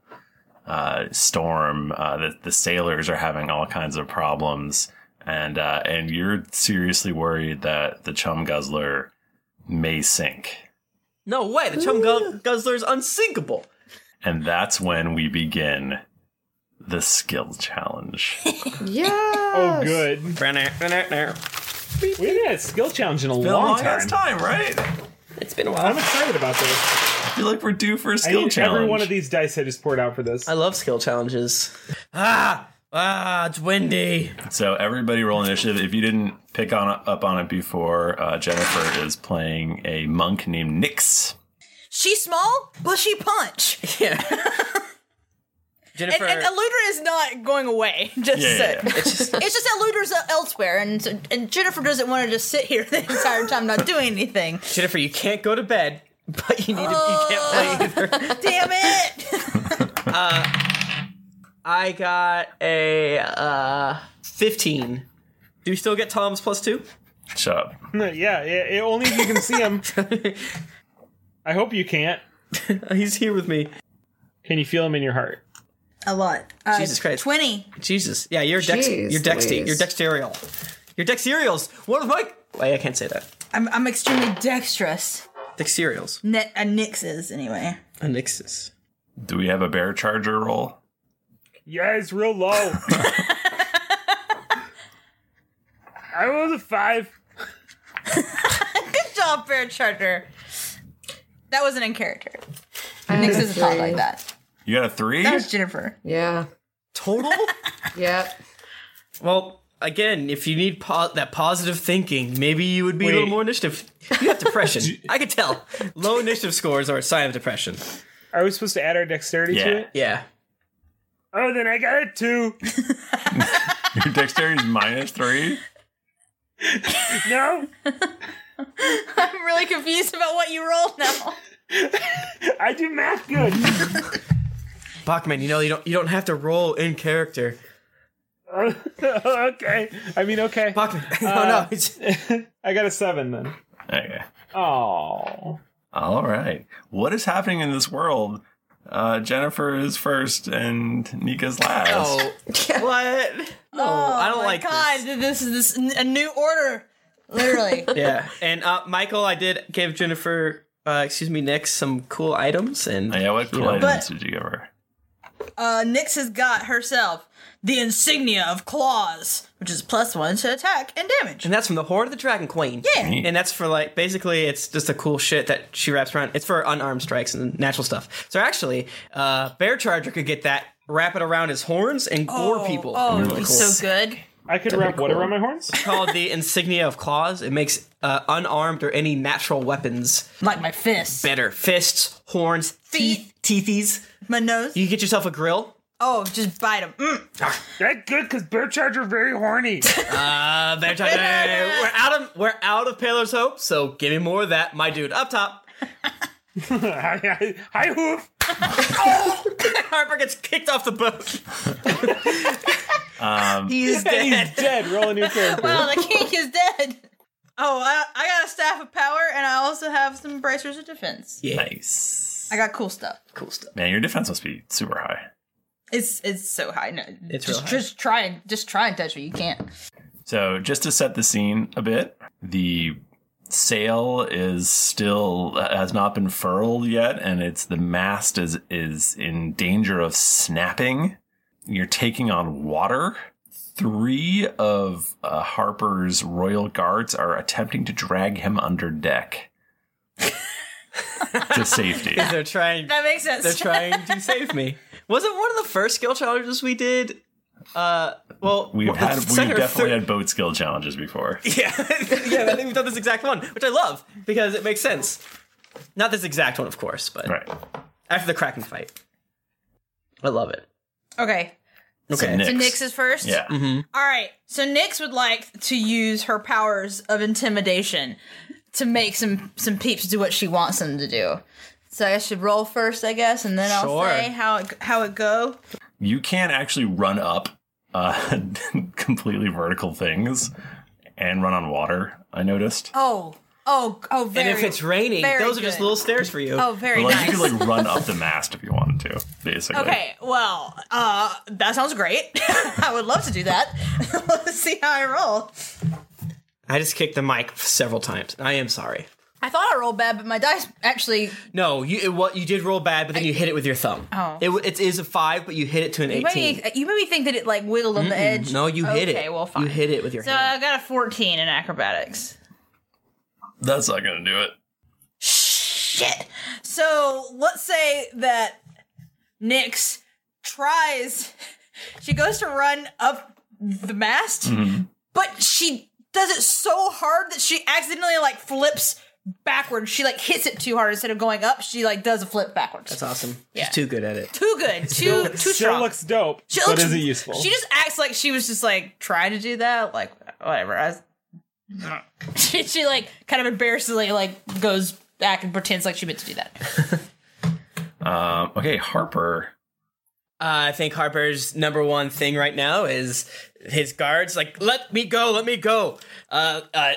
uh, storm. Uh, the, the sailors are having all kinds of problems, and uh, and you're seriously worried that the Chum Guzzler may sink.
No way! The chum gu- guzzler's unsinkable.
And that's when we begin the skill challenge.
Yeah.
Oh, good. We
haven't had a skill challenge in a
been a
long,
long-ass time, right?
It's been a
I'm excited about this.
I feel like we're due for a
I
skill
need
challenge.
Every one of these dice I just poured out for this.
I love skill challenges. Ah, ah, it's windy.
So everybody roll initiative. If you didn't pick on up on it before, uh, Jennifer is playing a monk named Nix.
She's small, but she punch.
Yeah.
And, and Eludra is not going away. Just
Yeah, yeah,
so-
yeah.
It's
just, Eludra's elsewhere, and so- and Jennifer doesn't want to just sit here the entire time not doing anything.
Jennifer, you can't go to bed, but you need to. You can't play either.
Oh, Damn it!
Uh, I got a uh, 15. Do we still get Tom's plus two?
Shut up.
yeah, yeah, yeah, only if you can see him. I hope you can't.
He's here with me.
Can you feel him in your heart?
A lot. Uh,
Jesus Christ.
20.
Jesus. Yeah, you're dex-
Jeez
you're dexty.
Louise.
You're dexterial. You're dexterials. What of my. Wait, I can't say that.
I'm, I'm extremely dexterous.
Dexterials.
Net, uh, Nixes, anyway.
A Nixus.
Do we have a bear charger roll?
Yeah, it's real low. I rolled a five.
Good job, Bear Charger. That wasn't in character. Nix is not like that.
You got a three?
That was Jennifer.
Yeah.
Total?
yep.
Well, again, if you need po- that positive thinking, maybe you would be a little
Wait.
more initiative. You have depression. I could tell. Low initiative scores are a sign of depression.
Are we supposed to add our dexterity to it?
Yeah.
Oh, then I got a two.
Your dexterity is minus three.
No,
I'm really confused about what you rolled now.
I do math good.
Bachman, you know you don't you don't have to roll in character.
okay. I mean, okay.
Bachman.
Uh,
no, I got a seven then.
Okay.
Oh.
All right. What is happening in this world? Uh, Jennifer is first and Nika's last.
Oh, what? No, I don't
Oh, my
like
God, this. is this, a new order. Literally.
yeah. And uh, Michael, I did give Jennifer uh, excuse me, Nick, some cool items and
Yeah, what
you
cool
know.
items did you give her?
Uh, Nyx has got herself the insignia of claws, which is plus one to attack and damage.
And that's from the Horde of the Dragon Queen.
Yeah. Neat.
And that's for like basically it's just the cool shit that she wraps around. It's for unarmed strikes and natural stuff. So actually, uh Bear Charger could get that, wrap it around his horns, and gore people.
Oh, it'd be so good.
I
could wrap what around my horns?
called the insignia of claws. It makes uh, unarmed or any natural weapons
like my fists
better. Fists, horns, teeth, teethies,
my nose.
You get yourself a grill.
Oh, just bite him. Mm.
That's good because bear charger very horny.
Uh, Bear Charger, we're out of we're out of Paler's hope. So give me more of that, my dude. Up top.
hi, hi, hoof.
Harper gets kicked off the boat.
Um,
He's dead.
He's dead. Roll a new character.
Wow, the king is dead. Oh, I, I got a staff of power, and I also have some bracers of defense.
Nice.
I got cool stuff.
Cool stuff.
Man, your defense must be super high.
It's it's so high. No,
It's
just,
real high.
just try and just try and touch me. You can't.
So, just to set the scene a bit, the sail is still has not been furled yet, and it's the mast is is in danger of snapping. You're taking on water. Three of uh, Harper's royal guards are attempting to drag him under deck to safety.
Because they're trying.
That makes sense.
They're trying to save me. Wasn't one of the first skill challenges we did? Uh, well,
We've
the
had we've
second or
definitely
third-
had boat skill challenges before.
Yeah, yeah, I think we've done this exact one, which I love because it makes sense. Not this exact one, of course, but after the Kraken fight, I love it.
Okay.
Okay,
So Nyx is first. Mm-hmm.
Mhm.
All right. So Nyx would like to use her powers of intimidation to make some some peeps do what she wants them to do. So I should roll first, I guess, and then I'll
Sure.
say how it, how it go.
you can't actually run up uh, completely vertical things and run on water. I noticed.
Oh, oh, oh! Very.
and if it's raining,
very
those are just
good.
little stairs for you.
Oh, very
But, like,
nice.
You could like run up the mast if you wanted to, basically.
Okay, well, uh, that sounds great. I would love to do that. Let's see how I roll.
I just kicked the mic several times. I am sorry.
I thought I rolled bad, but my dice actually.
No, you it, what you did roll bad, but then you hit it with your thumb.
Oh.
It, w- it is a five, but you hit it to an
You made,
eighteen.
me, you made me think that it like wiggled on the
Mm-mm.
edge.
No, you hit it.
Okay, well, fine.
You hit it with your
so
hand.
I got a 14 in acrobatics.
That's not gonna do it.
Shit. So let's say that Nyx tries. She goes to run up the mast, but she does it so hard that she accidentally like flips backwards. She like hits it too hard instead of going up. She like does a flip backwards.
That's awesome.
Yeah.
She's too good at it.
Too good. Too
Still-
too
still
strong.
looks dope,
She
but
looks-
isn't useful.
She just acts like she was just like trying to do that. Like whatever. I, she, she like kind of embarrassingly like goes back and pretends like she meant to do that.
Um, okay, Harper.
Uh, I think Harper's number one thing right now is his guards like, let me go, let me go. Uh, uh,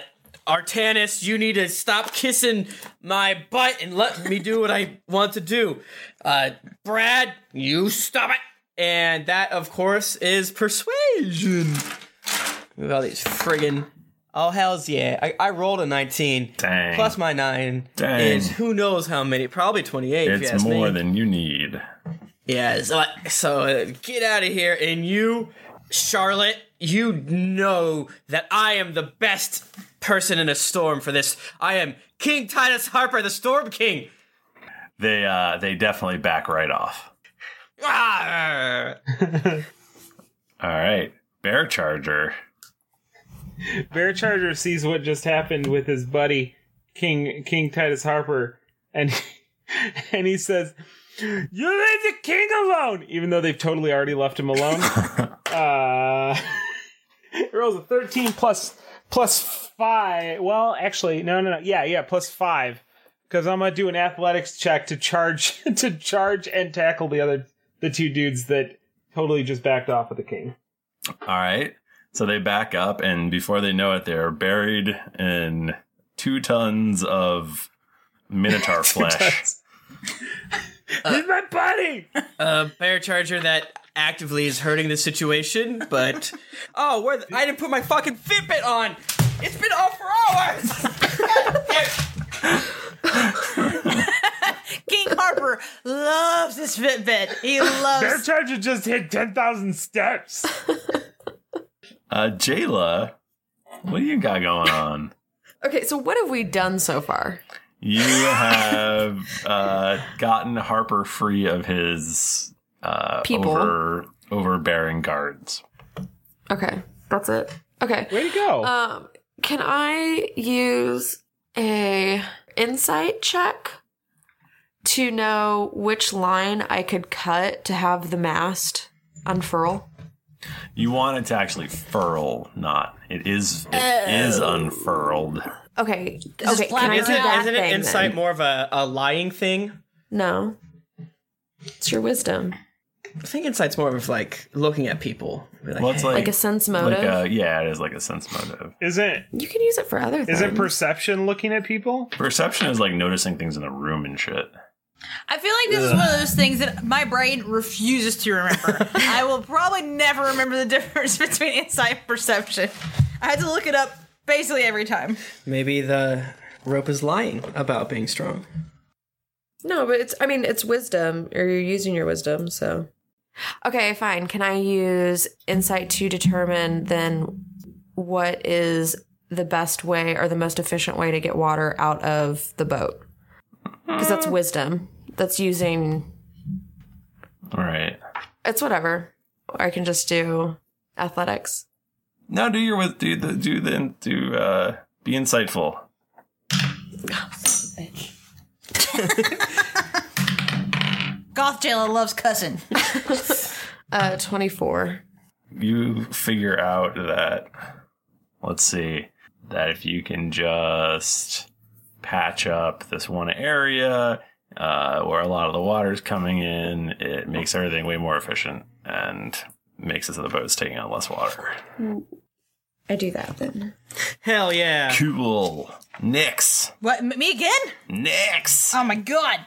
Artanis, you need to stop kissing my butt and let me do what I want to do. Uh, Brad, you stop it. And that, of course, is persuasion. With all these friggin' oh hell's yeah! I, I rolled a nineteen
Dang.
plus my nine
Dang.
is who knows how many, probably twenty eight. if you
it's
ask
more
me.
than you need.
Yeah, so, so uh, get out of here. And you, Charlotte, you know that I am the best person in a storm for this. I am King Titus Harper, the Storm King.
They uh they definitely back right off.
Arr!
All right, bear charger.
Bear Charger sees what just happened with his buddy King King Titus Harper, and and he says, "You leave the king alone," even though they've totally already left him alone. uh, it rolls a thirteen plus plus five. Well, actually, no, no, no. Yeah, yeah, plus five because I'm gonna do an athletics check to charge to charge and tackle the other the two dudes that totally just backed off with the king.
All right. So they back up, and before they know it, they're buried in two tons of minotaur
Two
flesh.
He's my buddy.
a bear charger that actively is hurting the situation, but oh, where the, I didn't put my fucking Fitbit on. It's been off for hours.
King Harper loves his Fitbit. He
Bear
loves.
Charger just hit 10,000 steps.
Uh, Jayla, what do you got going on?
Okay, so what have we done so far?
You have uh, gotten Harper free of his uh,
People.
over overbearing guards.
Okay, that's it. Okay.
Way to go.
Um, can I use a insight check to know which line I could cut to have the mast unfurl?
You want it to actually furl, not it is it is
Oh.
unfurled.
Okay.
Just
Okay. Can I do
isn't it,
that
isn't
thing
it insight
then?
more of a, a lying thing?
No. It's your wisdom.
I think insight's more of like looking at people. Be
Well, it's like- Like a
sense
Like a, yeah, it is like a sense motive.
Isn't
you can use it for other
Isn't perception looking at people?
Perception is like noticing things in the room and shit.
I feel like this is one of those things that my brain refuses to remember. I will probably never remember the difference between insight and perception. I had to look it up basically every time.
Maybe the rope is lying about being strong.
No, but it's I mean it's wisdom, or you're using your wisdom, so Okay, fine. Can I use insight to determine then what is the best way or the most efficient way to get water out of the boat? Because that's wisdom. That's using
All right.
it's whatever. Or I can just do athletics.
Now do your with do the do the do uh be insightful.
Goth Jayla loves cussing.
uh, 24.
You figure out that let's see that if you can just patch up this one area uh, where a lot of the water's coming in, it makes everything way more efficient and makes it so the boat's taking on less water.
I do that then.
Hell yeah.
Cool. Nix.
What, m- me again?
Nix.
Oh my god.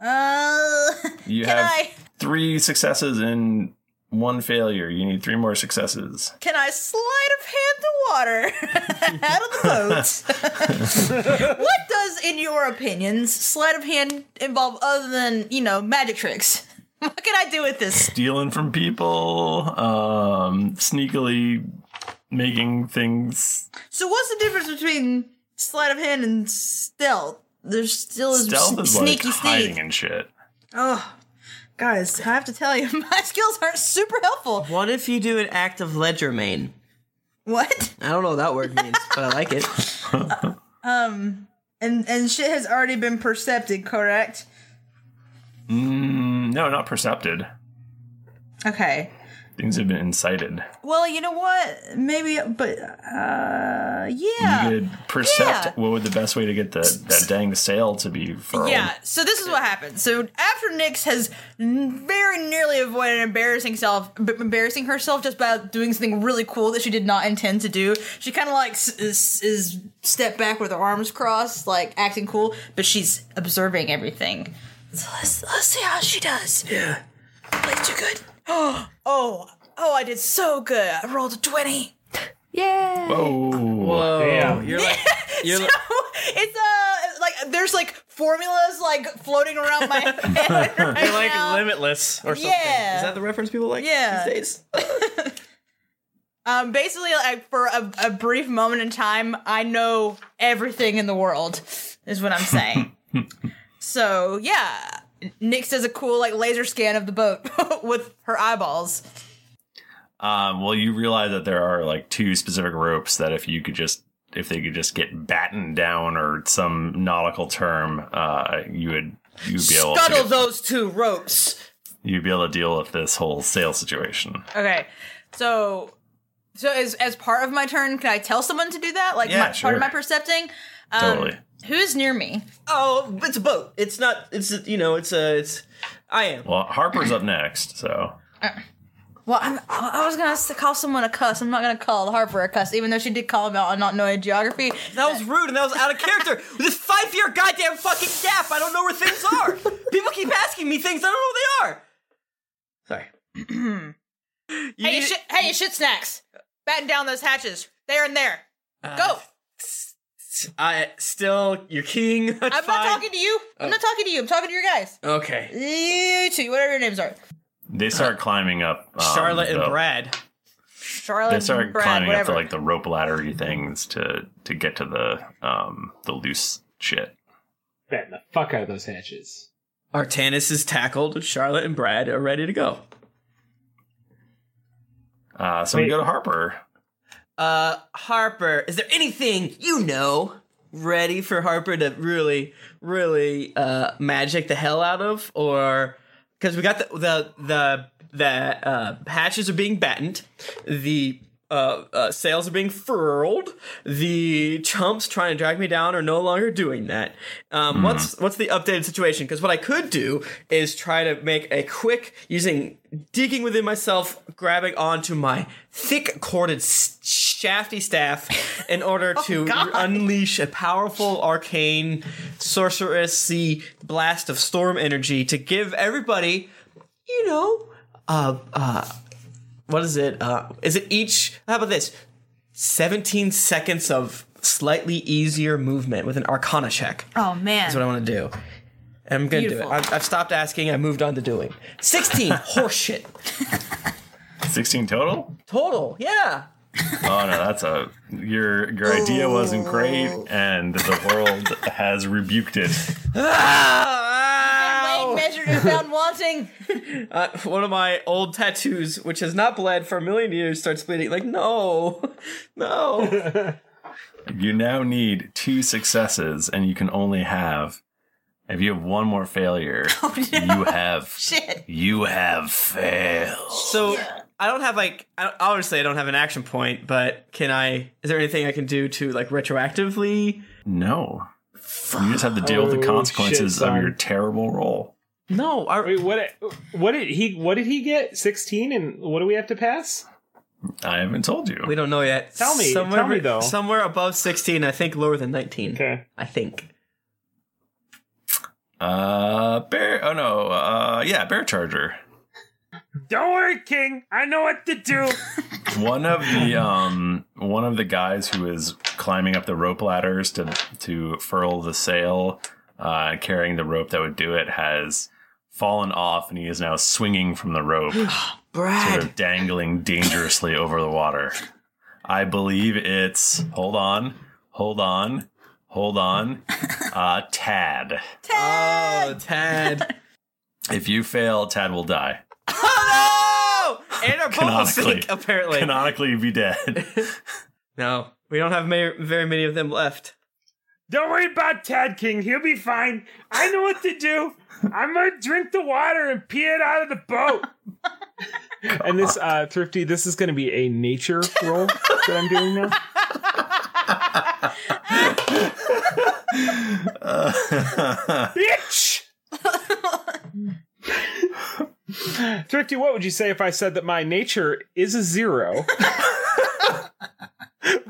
Uh,
You
can
have
I
three successes and one failure. You need three more successes.
can I slide of hand to water out of the boat? what does, in your opinions, sleight of hand involve other than you know magic tricks? What can I do with this?
Stealing from people, um, sneakily making things.
So what's the difference between sleight of hand and stealth? There's still is
Stealth is like
sneaky
hiding
sneak.
and shit.
Oh, guys, I have to tell you, my skills aren't super helpful.
What if you do an act of ledger main?
What?
I don't know what that word means, but I like it.
Um, and and shit has already been percepted, correct?
Mm, no, not percepted.
Okay.
Things have been incited.
Well, you know what? Maybe, but uh, yeah,
You could percept
Yeah.
what would the best way to get the, that dang sail to be furled.
yeah. So this is what happens. So after Nyx has n- very nearly avoided embarrassing self, b- embarrassing herself just by doing something really cool that she did not intend to do, she kind of like s- is, is step back with her arms crossed, like acting cool, but she's observing everything. So let's let's see how she does. Yeah. Played too good. Oh, oh, oh! I did so good. I rolled a twenty.
Yeah.
Whoa.
Whoa. You're like you're like,
It's uh like there's like formulas like floating around my
you're like limitless or something.
Yeah.
Is that the reference people like
Yeah.
these days?
um basically like for a, a brief moment in time I know everything in the world is what I'm saying. so yeah, Nyx does a cool like laser scan of the boat with her eyeballs.
Um, well, you realize that there are like two specific ropes that if you could just if they could just get battened down or some nautical term, uh, you would you'd be able to
Scuttle
get-
those two ropes.
you'd be able to deal with this whole sail situation.
Okay, so so as as part of my turn, can I tell someone to do that? Like
Yeah,
my, part
sure.
of my percepting. Um,
Totally.
Who's near me?
Oh, it's a boat. It's not it's you know, it's a it's I am.
Well, Harper's up next, so
Well, I'm, I was gonna s- call someone a cuss. I'm not gonna call Harper a cuss, even though she did call him out on not knowing geography.
That was rude and that was out of character. With this five year goddamn fucking gap, I don't know where things are. People keep asking me things, I don't know where they are.
hey,
Uh,
you shit, hey, you shit snacks! Batten down those hatches. There and there. Go.
I still you're king.
I'm not talking to you. I'm
Oh.
not talking to you. I'm talking to your guys.
Okay.
You two, whatever your names are.
They start climbing up. um,
Charlotte and
the-
Brad.
Charlotte,
They start
Brad,
climbing
whatever.
up to like the rope laddery things to to get to the um the loose shit.
Batting the fuck out of those hatches.
Artanis is tackled. Charlotte and Brad are ready to go.
Uh, so we
Wait.
go to Harper.
Uh, Harper, is there anything you know ready for Harper to really, really uh magic the hell out of, or because we got the the the the uh, hatches are being battened, the uh, uh sails are being furled, the chumps trying to drag me down are no longer doing that. Um, what's what's the updated situation? Because what I could do is try to make a quick using digging within myself, grabbing onto my thick corded s- shafty staff in order to unleash a powerful arcane sorceressy blast of storm energy to give everybody, you know, uh, uh, what is it? Uh, is it each? How about this? Seventeen seconds of slightly easier movement with an Arcana check.
Oh man.
That's what I want to do. And I'm gonna do
Beautiful.
it. I've, I've stopped asking. I moved on to doing. Sixteen horseshit
Sixteen total.
total. Yeah.
Oh no, that's a your your idea wasn't great,
Oh.
and the world has rebuked it.
Ah,
Wayne measured and found wanting.
Uh, one of my old tattoos, which has not bled for a million years, starts bleeding. Like no, no.
You now need two successes, and you can only have. If you have one more failure,
Oh,
you have
Shit.
you have failed.
So I don't have like I don't, obviously I don't have an action point, but can I? Is there anything I can do to like retroactively?
No, you just have to deal with the
Oh,
consequences
shit, son.
of your terrible roll.
No, I,
wait. What? What did he? What did he get? Sixteen, and what do we have to pass?
I haven't told you.
We don't know yet.
Tell me, tell me, though.
Somewhere above sixteen, I think lower than nineteen.
Okay.
I think.
Uh, bear. Oh no. Uh, yeah, bear charger.
Don't worry, King. I know what to do.
one of the um one of the guys who is climbing up the rope ladders to to furl the sail uh carrying the rope that would do it has fallen off and he is now swinging from the rope
Brad.
sort of dangling dangerously over the water i believe it's hold on hold on hold on uh tad
Tad. Oh, Tad.
if you fail tad will die
Oh no! And our bubbles
canonically
sink apparently.
canonically you'd be dead
no we don't have many, very many of them left
Don't worry about Tad King. He'll be fine. I know what to do. I'm gonna drink the water and pee it out of the boat. and this uh, thrifty, this is gonna be a nature roll that I'm doing now. Uh, Bitch. Thrifty, what would you say if I said that my nature is a zero,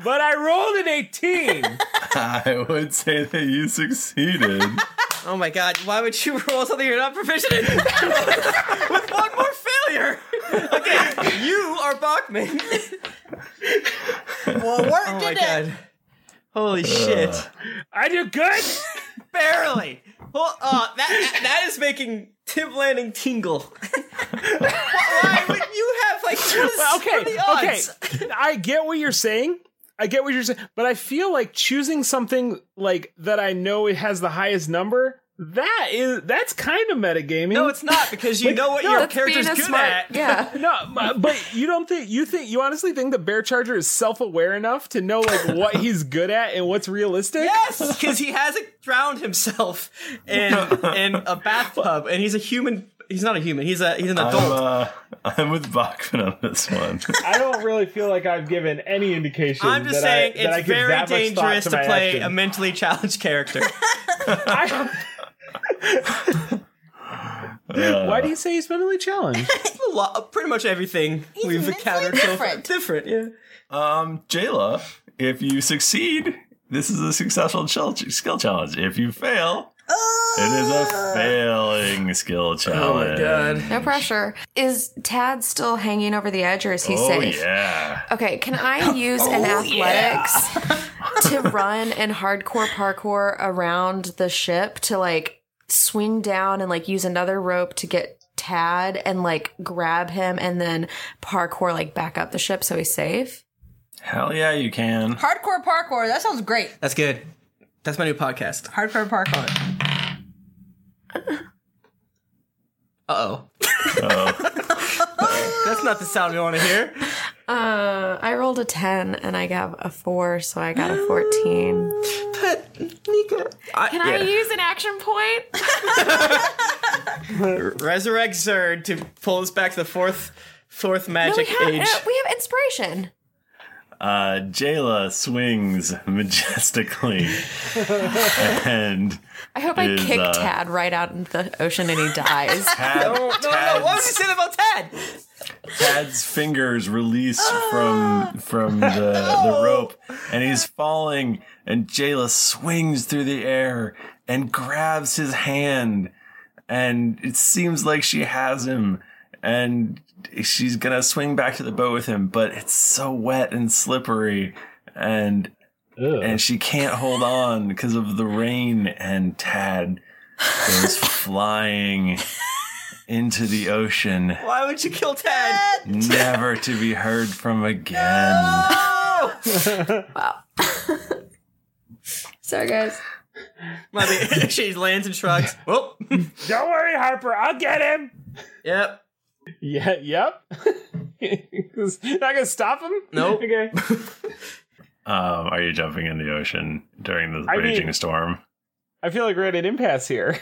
but I rolled an eighteen?
i would say that you succeeded
oh my god why would you roll something you're not proficient in with one more failure okay you are bachman
well work
oh my
did it.
god holy shit
I do good?
Barely. Well, uh, that, that that is making Tim Lanning tingle. Why would you have like just
Well,
okay?
okay, okay. I get what you're saying. I get what you're saying, but I feel like choosing something like that I know it has the highest number. That is that's kind of metagaming. No, it's
not because you know what your That's character's being a good smart- at. yeah.
no, but- but you don't think you think you honestly think the bear charger is self-aware enough to know like what he's good at and what's realistic?
Yes, because he hasn't drowned himself in in a bathtub, and he's a human. He's not a human. He's a he's an adult.
I'm, uh, I'm with Bachman on this one.
I don't really feel like I've given any indication.
I'm just
that
saying
I- that I
it's
give
very
that much thought
dangerous to,
my
play
action. Uh.
a mentally challenged character.
Why do you say he's mentally challenged?
a lot, pretty much everything we've encountered so far. Different, yeah.
Um, Jayla, if you succeed, this is a successful chal- skill challenge. If you fail, it is
Ah.
a failing skill
Oh
challenge.
No pressure. Is Tad still hanging over the edge or is he
oh
safe?
yeah.
Okay, can I use an
Oh,
athletics? to run and hardcore parkour around the ship to like swing down and like use another rope to get Tad and like grab him and then parkour like back up the ship so he's safe.
Hell yeah, you can.
Hardcore parkour. That sounds great.
That's good. That's my new podcast.
Hardcore parkour.
Uh
oh.
That's not the sound we want to hear.
Uh, I rolled a 10 and I got a 4, so I got a 14.
Can I use an action point?
Resurrect Zerd to pull us back to the fourth fourth magic
no, we have,
age.
uh, we have inspiration.
Uh, Jayla swings majestically and
I hope I
is,
kick
uh,
Tad right out into the ocean and he dies.
Tad- No, no, no,
Tad- what was I saying about Tad?
Tad's fingers release from from the, the rope, and he's falling. And Jayla swings through the air and grabs his hand, and it seems like she has him, and she's gonna swing back to the boat with him. But it's so wet and slippery, and and she can't hold on because of the rain. And Tad goes flying into the ocean
Why would you kill Tad?
never to be heard from again.
Oh!
wow. Sorry, guys.
she lands and shrugs. Whoop.
Don't worry, Harper. I'll get him.
Yep.
Yeah. Yep. Not gonna stop him.
Nope.
Okay.
Um, are you jumping in the ocean during the
I mean-
raging storm?
I feel like we're at an impasse here.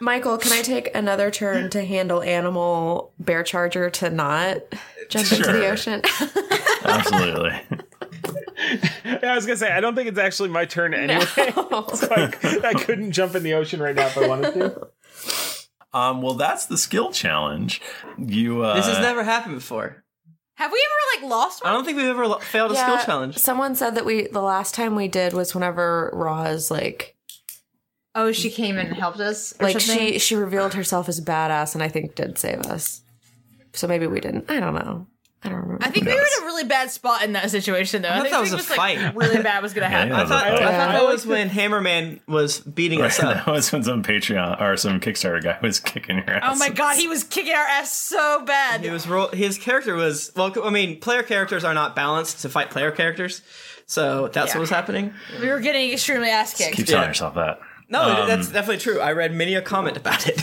Michael, can I take another turn to handle animal bear charger to not jump into the
Sure.
ocean?
Absolutely.
I was gonna say I don't think it's actually my turn anyway. so I, I couldn't jump in the ocean right now if I wanted to.
Um, well, that's the skill challenge. You uh,
This has never happened before.
Have we ever like lost
I don't think we've ever lo-
Oh,
failed a skill
Yeah,
challenge.
Someone said that we the last time we did was whenever Roz like
Oh, she came and helped us. Or
like
something?
she she revealed herself as badass and I think did save us. So maybe we didn't. I don't know. I don't remember.
I think we were in a really bad spot in that situation, though.
I thought
think
that was
it
a fight.
Like, really bad was gonna happen.
I thought, I
Yeah.
thought that was when Hammerman was beating us up.
that was when some Patreon or some Kickstarter guy was kicking your ass.
Oh my god, he was kicking our ass so bad.
He was ro- his character was well. I mean, player characters are not balanced to fight player characters, so that's
Yeah.
what was happening.
We were getting extremely ass kicked.
Keep telling yourself that.
No,
Um,
that's definitely true. I read many a comment about it.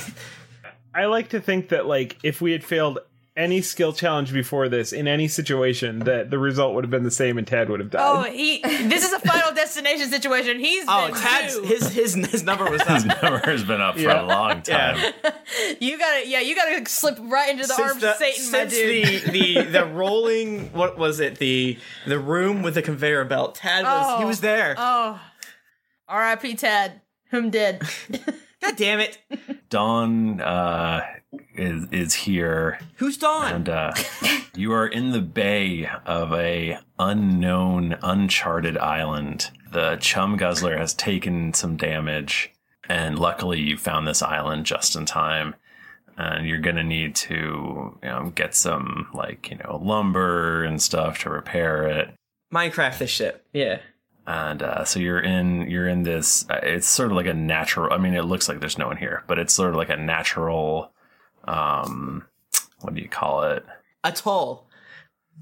I like to think that like if we had failed any skill challenge before this in any situation, that the result would have been the same and Tad would have died.
Oh, he. This is a final destination situation. He's
Oh,
been
Tad's
due.
his his his number was up.
his number's been up for
Yeah.
a long time.
You gotta, yeah, you gotta slip right into the arms of Satan, my
since
dude.
the the the rolling what was it the the room with the conveyor belt. Tad was he
Oh.
was there.
Oh, R.I.P. Tad, whom did?
God damn it!
Dawn uh, is is here.
Who's Dawn?
And uh, you are in the bay of a unknown, uncharted island. The Chum Guzzler has taken some damage, and luckily you found this island just in time. And you're gonna need to you know, get some like you know lumber and stuff to repair it
Minecraft this shit. Yeah.
and uh, so you're in you're in this uh, it's sort of like a natural i mean it looks like there's no one here but it's sort of like a natural um what do you call it
Atoll.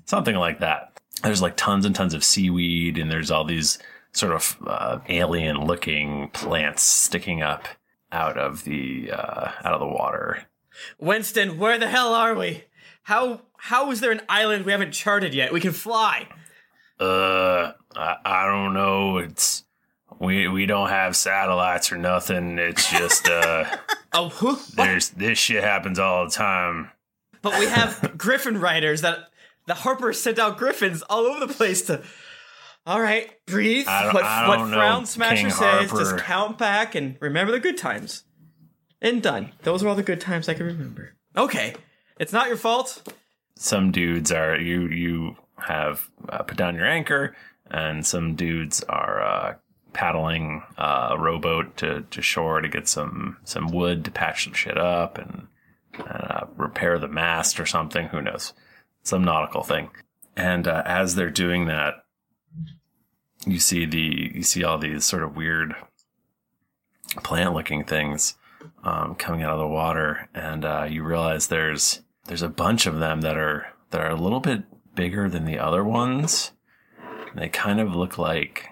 something like that there's like tons and tons of seaweed and there's all these sort of uh, alien looking plants sticking up out of the uh, out of the water
Winston, where the hell are we? How how is there an island we haven't charted yet? We can fly.
uh I, I don't know it's we we don't have satellites or nothing it's just uh
oh
there's this shit happens all the time
But we have griffin riders that the Harper sent out griffins all over the place to. All right, breathe.
I don't-
what
I
what
don't know,
Frown Smasher
King
says,
Harper.
just count back and remember the good times. And done. Those are all the good times I can remember. Okay, it's not your fault.
some dudes are you you have uh, put down your anchor and some dudes are uh, paddling uh, a rowboat to, to shore to get some some wood to patch some shit up and uh, repair the mast or something who knows some nautical thing and uh, as they're doing that you see the you see all these sort of weird plant looking things um, coming out of the water and uh, you realize there's there's a bunch of them that are that are a little bit bigger than the other ones and they kind of look like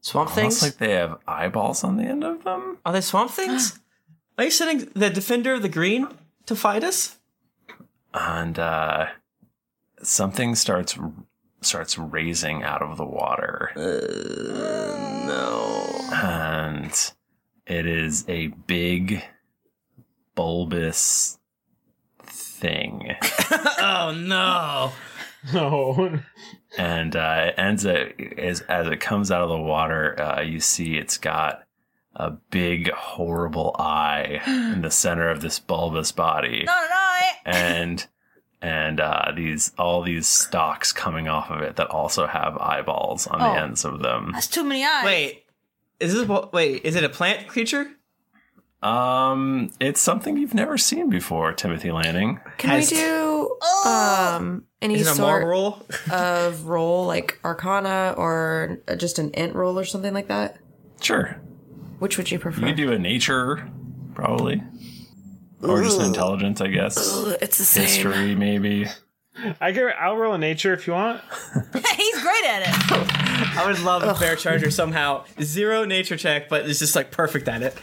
Swamp
almost
things?
like they have eyeballs on the end of them
Are they swamp things? Are you sending the defender of the green to fight us?
and uh, something starts starts raising out of the water. no, and it is a big bulbous thing,
oh no.
No.
and uh, it ends up as as it comes out of the water. Uh, you see, it's got a big horrible eye in the center of this bulbous body.
No, no,
and and uh, these all these stalks coming off of it that also have eyeballs on the
Oh.
ends of them.
that's too many eyes.
Wait, is this what? Wait, is it a plant creature?
Um, it's something you've never seen before, Timothy Lanning.
Can we do um, any
Is it a
sort
mob
of roll, like Arcana or just an Int roll or something like that?
Sure.
Which would you prefer?
You can do a nature, probably, or just an
Ugh.
intelligence, I guess.
Ugh, it's the same.
history, maybe.
I can, I'll roll a nature if you want.
He's great at it.
I would love if Bear Charger somehow zero nature check, but is just like perfect at it.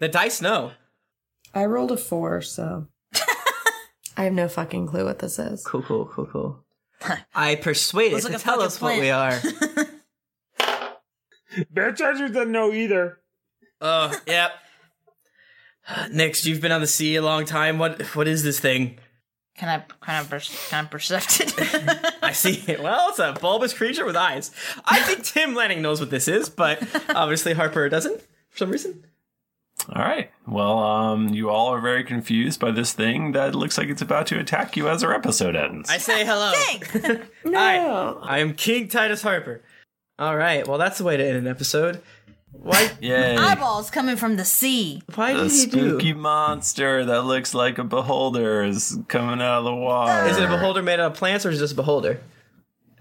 the dice know.
I rolled a four, so I have no fucking clue what this is.
Cool, cool, cool, cool. I persuade it
Looks
to
like a
tell
fucking
us what we are.
Bear Charger doesn't know either.
Oh, yep. Nix, Uh, you've been on the sea a long time. What what is this thing?
Can I kind of pers- kind of percept it?
I see it. Well, it's a bulbous creature with eyes. I think Tim Lanning knows what this is, but obviously Harper doesn't for some reason.
All right. Well, um, you all are very confused by this thing that looks like it's about to attack you as our episode ends.
I say hello. no. I am King Titus Harper. All right. Well, that's the way to end an episode. Why?
Yay.
Ah,
Eyeballs coming from the sea.
Why
the spooky monster that looks like a beholder is coming out of the water.
Is it a beholder made out of plants or is it just a beholder?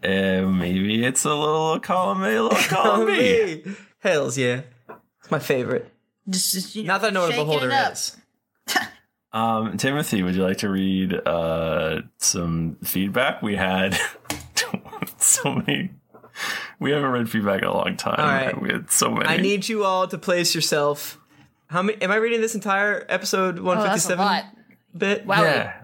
Uh, maybe it's a
Oh,
little column A, little column B.
Me. Hells yeah. It's my favorite. Not that I know what a
shaking
beholder
it up.
is.
Um, Timothy, would you like to read uh, some feedback we had? so many. We haven't read feedback in a long time.
All right.
We had so many.
I need you all to place yourself. How many? Am I reading this entire episode
Oh,
one fifty seven? Bit. Wow.
Yeah.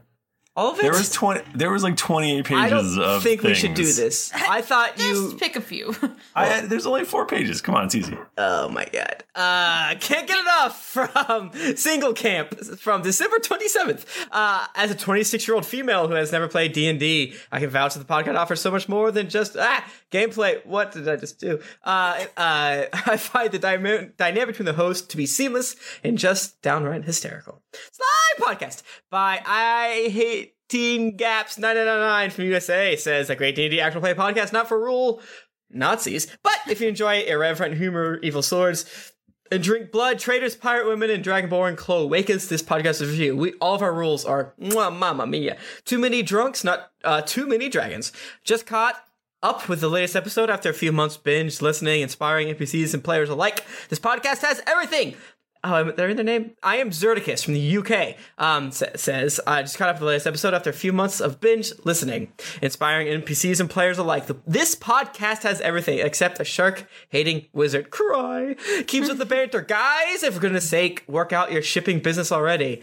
All of it.
There was twenty. There was like twenty-eight pages
I don't
of
think we should do
things.
this. I thought you
pick a few.
I, there's only four pages. Come on, it's easy.
Oh my god. Uh, can't get enough from Single Camp from December 27th. Uh, as a 26-year-old female who has never played D&D, I can vouch that the podcast offers so much more than just ah, gameplay. What did I just do? Uh, uh, I find the dyma- dynamic between the host to be seamless and just downright hysterical. Sly Podcast by I Hate Teen Gaps 999 from USA says a great D&D actual play podcast not for rule Nazis. But if you enjoy irreverent humor, evil swords, and drink blood, traitors, pirate women, and Dragonborn cloacas, this podcast is for you. We all of our rules are mwah, mamma mia. Too many drunks, not uh, too many dragons. Just caught up with the latest episode after a few months binge listening, inspiring NPCs and players alike. This podcast has everything. Um, they're in their name. I am Zerticus from the UK. Um, sa- says I just caught up with the latest episode after a few months of binge listening, inspiring NPCs and players alike. The- this podcast has everything except a shark-hating wizard. Cry keeps with the banter, guys. If for goodness' sake, work out your shipping business already.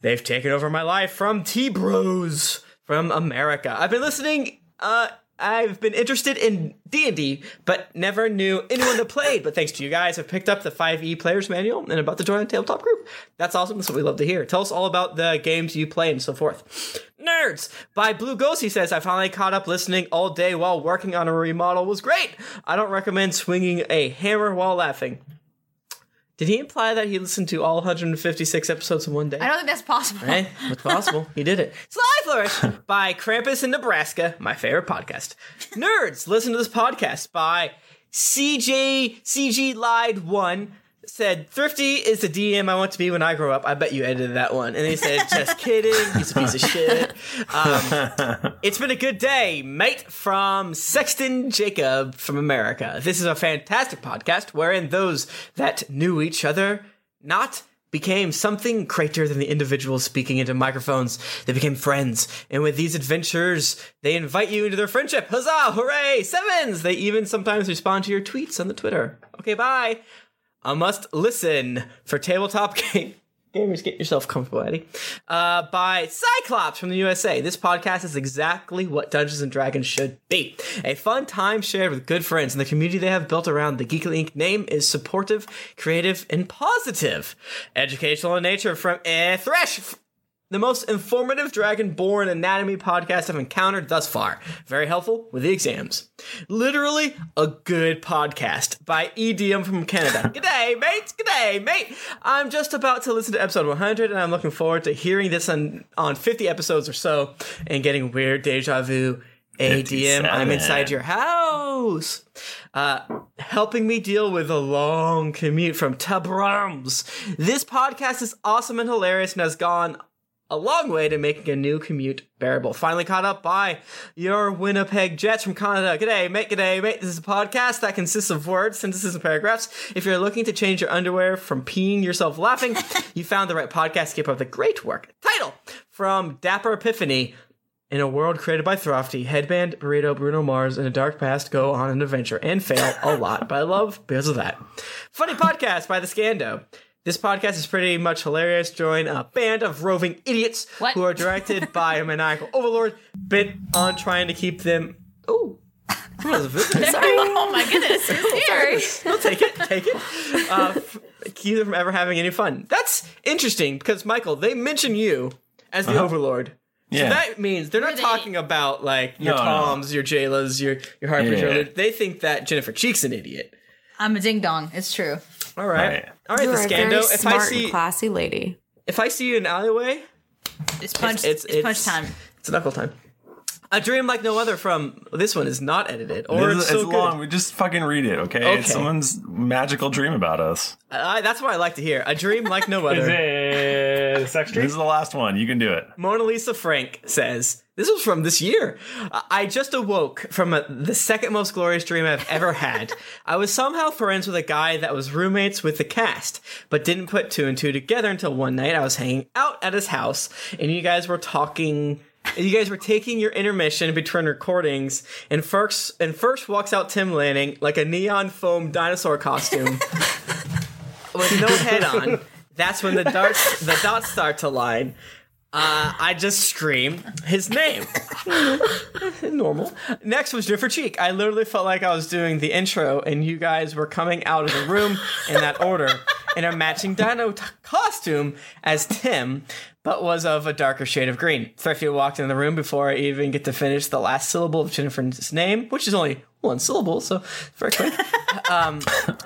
They've taken over my life from T Bros from America. I've been listening. Uh, I've been interested in D and D, but never knew anyone that played. But thanks to you guys, I've picked up the Five E Players Manual and about to join a tabletop group. That's awesome. That's what we love to hear. Tell us all about the games you play and so forth. Nerds by Blue Ghost. He says I finally caught up listening all day while working on a remodel. Was great. I don't recommend swinging a hammer while laughing. Did he imply that he listened to all 156 episodes in one day?
I don't think that's possible.
Hey, it's possible. he did it. Sly Flourish by Krampus in Nebraska, my favorite podcast. Nerds, listen to this podcast by CJ CG Lied One. said, Thrifty is the DM I want to be when I grow up. I bet you edited that one. And they said, Just kidding. He's a piece of shit. Um, it's been a good day, mate, from Sexton Jacob from America. This is a fantastic podcast wherein those that knew each other not became something greater than the individuals speaking into microphones. They became friends. And with these adventures, they invite you into their friendship. Huzzah! Hooray! Sevens! They even sometimes respond to your tweets on the Twitter. Okay, bye. I must listen for tabletop game. Gamers, get yourself comfortable, Eddie. Uh, by Cyclops from the USA. This podcast is exactly what Dungeons and Dragons should be. A fun time shared with good friends, and the community they have built around the Geekly Inc. name is supportive, creative, and positive. Educational in nature from eh, Thresh. The most informative Dragonborn anatomy podcast I've encountered thus far. Very helpful with the exams. Literally a good podcast by EDM from Canada. G'day, mate. G'day, mate. I'm just about to listen to episode 100, and I'm looking forward to hearing this on, on 50 episodes or so and getting weird deja vu. ADM, I'm
57.
inside your house. Uh, helping me deal with a long commute from Tabrams. This podcast is awesome and hilarious and has gone a long way to making a new commute bearable. Finally caught up by your Winnipeg Jets from Canada. G'day, mate. G'day, mate. This is a podcast that consists of words, sentences, and paragraphs. If you're looking to change your underwear from peeing yourself laughing, you found the right podcast. Keep up the great work. Title from Dapper Epiphany. In a world created by Throfty, Headband, Burrito, Bruno Mars, and a dark past go on an adventure and fail a lot. But I love because of that. Funny podcast by the Scando. This podcast is pretty much hilarious. Join a band of roving idiots who are directed by a maniacal overlord bent on trying to keep them. Oh, that was a visitor.
oh my goodness, it's here.
I'll take it. Take it. Uh, f- keep them from ever having any fun. That's interesting because Michael, they mention you as the
Uh-huh.
overlord. So
Yeah.
that means they're not talking about like your
No, no.
Toms, your Jalas, your your Harper's.
Yeah.
your- They think that Jennifer Cheek's an idiot.
I'm a ding dong. It's true.
All right, all right,
You
the
are a
Scando.
very
if
smart
I
and
see
classy lady,
if I see you in an alleyway,
it's punch.
It's, punch time. It's knuckle time. A dream like no other from this one is not edited or
This
it's,
is-
so
it's
good.
long. We just fucking read it, okay?
Okay.
It's someone's magical dream about us.
I, that's what I like to hear. A dream like no other.
Is
Uh,
it sex dream? This is the last one. You can do it.
Mona Lisa Frank says, This was from this year. I I just awoke from a, the second most glorious dream I've ever had. I was somehow friends with a guy that was roommates with the cast, but didn't put two and two together until one night I was hanging out at his house and you guys were talking. You guys were taking your intermission between recordings, and first and first walks out Tim Lanning like a neon foam dinosaur costume with no head on. That's when the darts the dots start to line. Uh, I just screamed his name. Normal. Next was Jennifer Cheek. I literally felt like I was doing the intro, and you guys were coming out of the room in that order in a matching dino t- costume as Tim, but was of a darker shade of green. Thrifty walked in the room before I even get to finish the last syllable of Jennifer's name, which is only one syllable, so very quick. um,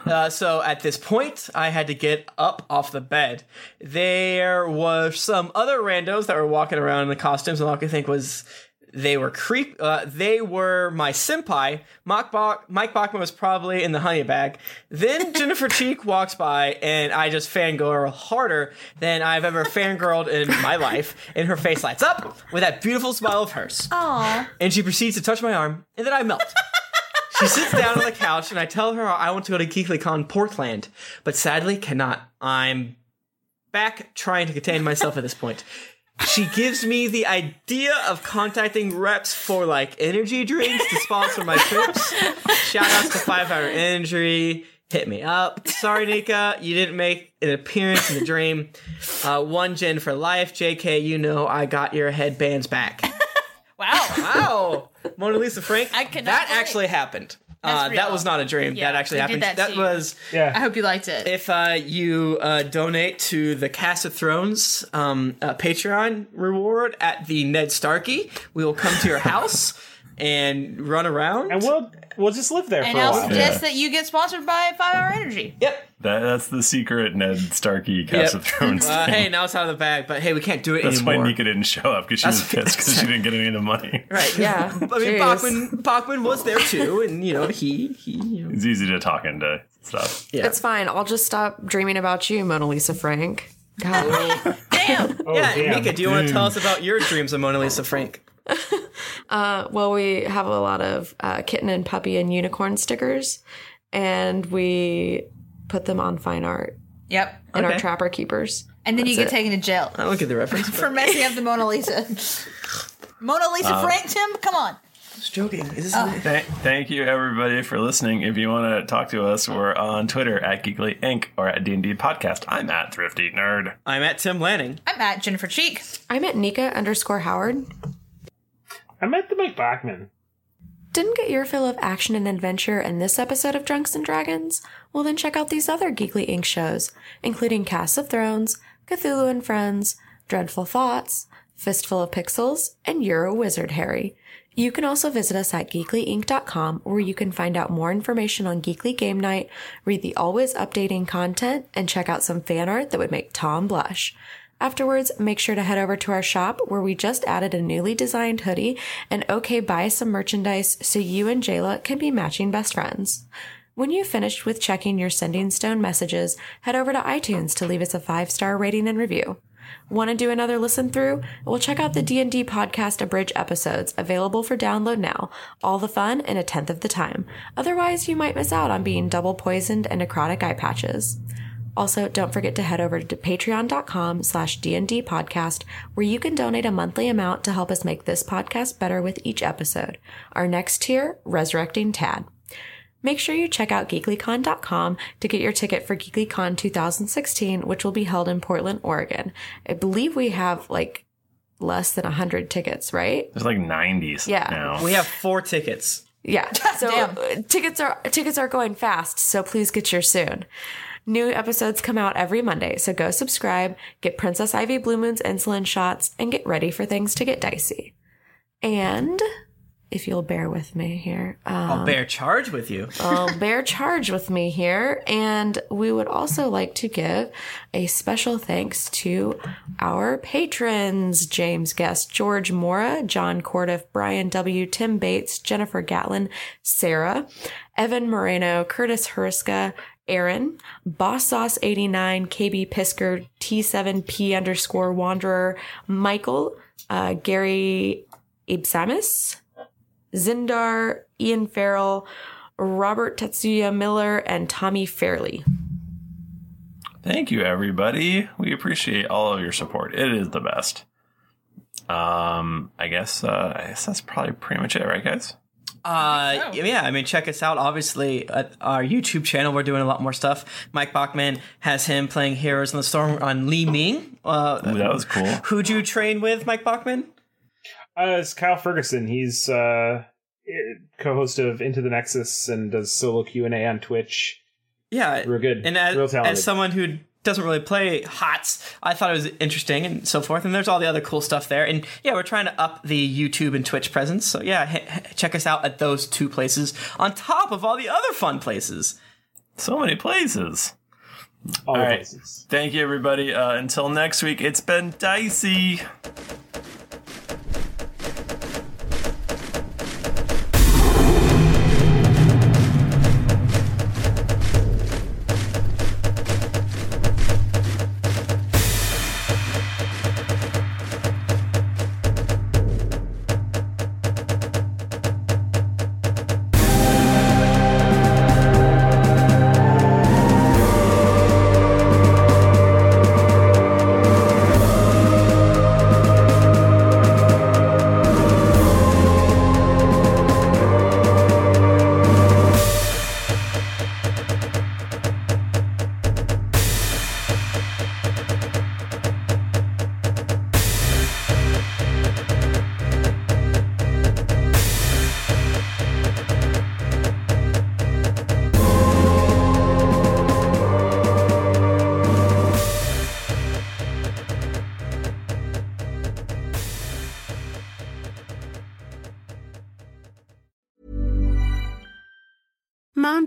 uh, so at this point, I had to get up off the bed. There were some other randos that were walking around in the costumes, and all I could think was they were creep. Uh, they were my senpai. Mike, Bach- Mike Bachman was probably in the honey bag. Then Jennifer Cheek walks by, and I just fangirl harder than I've ever fangirled in my life. And her face lights up with that beautiful smile of hers.
Aww.
And she proceeds to touch my arm, and then I melt. she sits down on the couch, and I tell her I want to go to GeeklyCon Portland, but sadly cannot. I'm back trying to contain myself at this point. She gives me the idea of contacting reps for like energy drinks to sponsor my trips. Shout outs to Five Hour Energy. Hit me up. Sorry, Nika, you didn't make an appearance in the dream. Uh, one gen for life. JK, you know I got your headbands back. Wow. Wow. Mona Lisa Frank. I cannot that actually happened. Uh,
That's
that
real.
was not a dream.
Yeah,
that actually
they did
happened.
that to you.
was.
I hope you liked it.
If uh, you uh, donate to the Cast of Thrones um, uh, Patreon reward at the Ned Starkey, we will come to your house and run around, and we'll we'll just live there
And I'll suggest that you get sponsored by Five Hour Energy.
Yep.
That, that's the secret Ned Starkey Cast of Thrones
Uh,
thing.
hey, now it's out of the bag, but hey, we can't do it
that's
anymore.
why Nika didn't show up because she was pissed because she didn't get any of the money.
Right?
Yeah.
I mean,
Jeez.
Bachman Bachman was there too, and you know he he. You know,
It's easy to talk into. Stop.
It's fine. I'll just stop dreaming about you, Mona Lisa Frank. God.
yeah,
damn.
Mika, do you want
Mm.
to tell us about your dreams of Mona Lisa Frank?
Uh, well, we have a lot of uh, kitten and puppy and unicorn stickers, and we put them on fine art
Yep.
in our trapper keepers.
And then you get
That's it.
taken to jail
I don't get the reference.
for messing up the Mona Lisa. Mona Lisa
Uh,
Um,
Frank, Tim, come on.
Just joking. Is this
Oh.
Thank, thank you, everybody, for listening. If you want to talk to us, we're on Twitter at Geekly Inc. or at D&D Podcast. I'm at Thrifty Nerd.
I'm at Tim Lanning.
I'm at Jennifer Cheek.
I'm at Nika underscore Howard.
I'm at the Mike Bachman.
Didn't get your fill of action and adventure in this episode of Drunks and Dragons? Well, then check out these other Geekly Inc. shows, including Cast of Thrones, Cthulhu and Friends, Dreadful Thoughts, Fistful of Pixels, and You're a Wizard, Harry. You can also visit us at geeklyinc.com where you can find out more information on Geekly Game Night, read the always updating content, and check out some fan art that would make Tom blush. Afterwards, make sure to head over to our shop where we just added a newly designed hoodie and okay, buy some merchandise so you and Jayla can be matching best friends. When you've finished with checking your sending stone messages, head over to iTunes to leave us a five star rating and review. Want to do another listen through? Well, check out the D&D podcast abridged episodes available for download now. All the fun in a tenth of the time. Otherwise, you might miss out on being double poisoned and necrotic eye patches. Also, don't forget to head over to patreon.com slash D&D podcast, where you can donate a monthly amount to help us make this podcast better with each episode. Our next tier, Resurrecting Tad. Make sure you check out geeklycon.com to get your ticket for GeeklyCon 2016, which will be held in Portland, Oregon. I believe we have like less than 100 tickets, right?
There's like 90s
Yeah.
now.
We have four tickets.
Yeah. So uh, tickets are tickets are going fast, so please get yours soon. New episodes come out every Monday, so go subscribe, get Princess Ivy Blue Moon's insulin shots, and get ready for things to get dicey. And if you'll bear with me here,
I'll
um,
bear charge with you.
um,
I'll Oh, bear charge with me here. And we would also like to give a special thanks to our patrons James Guest, George Mora, John Cordiff, Brian W., Tim Bates, Jennifer Gatlin, Sarah, Evan Moreno, Curtis Huriska, Aaron, Boss Sauce 89, KB Pisker, T7P underscore Wanderer, Michael, uh, Gary Ibsamis, Zindar, Ian Farrell, Robert Tetsuya Miller, and Tommy Fairley.
Thank you, everybody. We appreciate all of your support. It is the best. Um, I guess uh, I guess that's probably pretty much it, right, guys?
Uh, yeah, I mean, check us out. Obviously, at our YouTube channel, we're doing a lot more stuff. Mike Bachman has him playing Heroes in the Storm on Li Ming. Uh,
Ooh, that was cool.
Who'd you train with, Mike Bachman?
Uh, it's Kyle Ferguson. He's uh, co-host of Into the Nexus and does solo Q and A on Twitch.
Yeah,
real good.
And as,
real talented.
as someone who doesn't really play HOTS, I thought it was interesting and so forth. And there's all the other cool stuff there. And yeah, we're trying to up the YouTube and Twitch presence. So yeah, h- h- check us out at those two places on top of all the other fun places.
So many places. all right. Thank you, everybody. Uh, until next week, it's been dicey.
Mom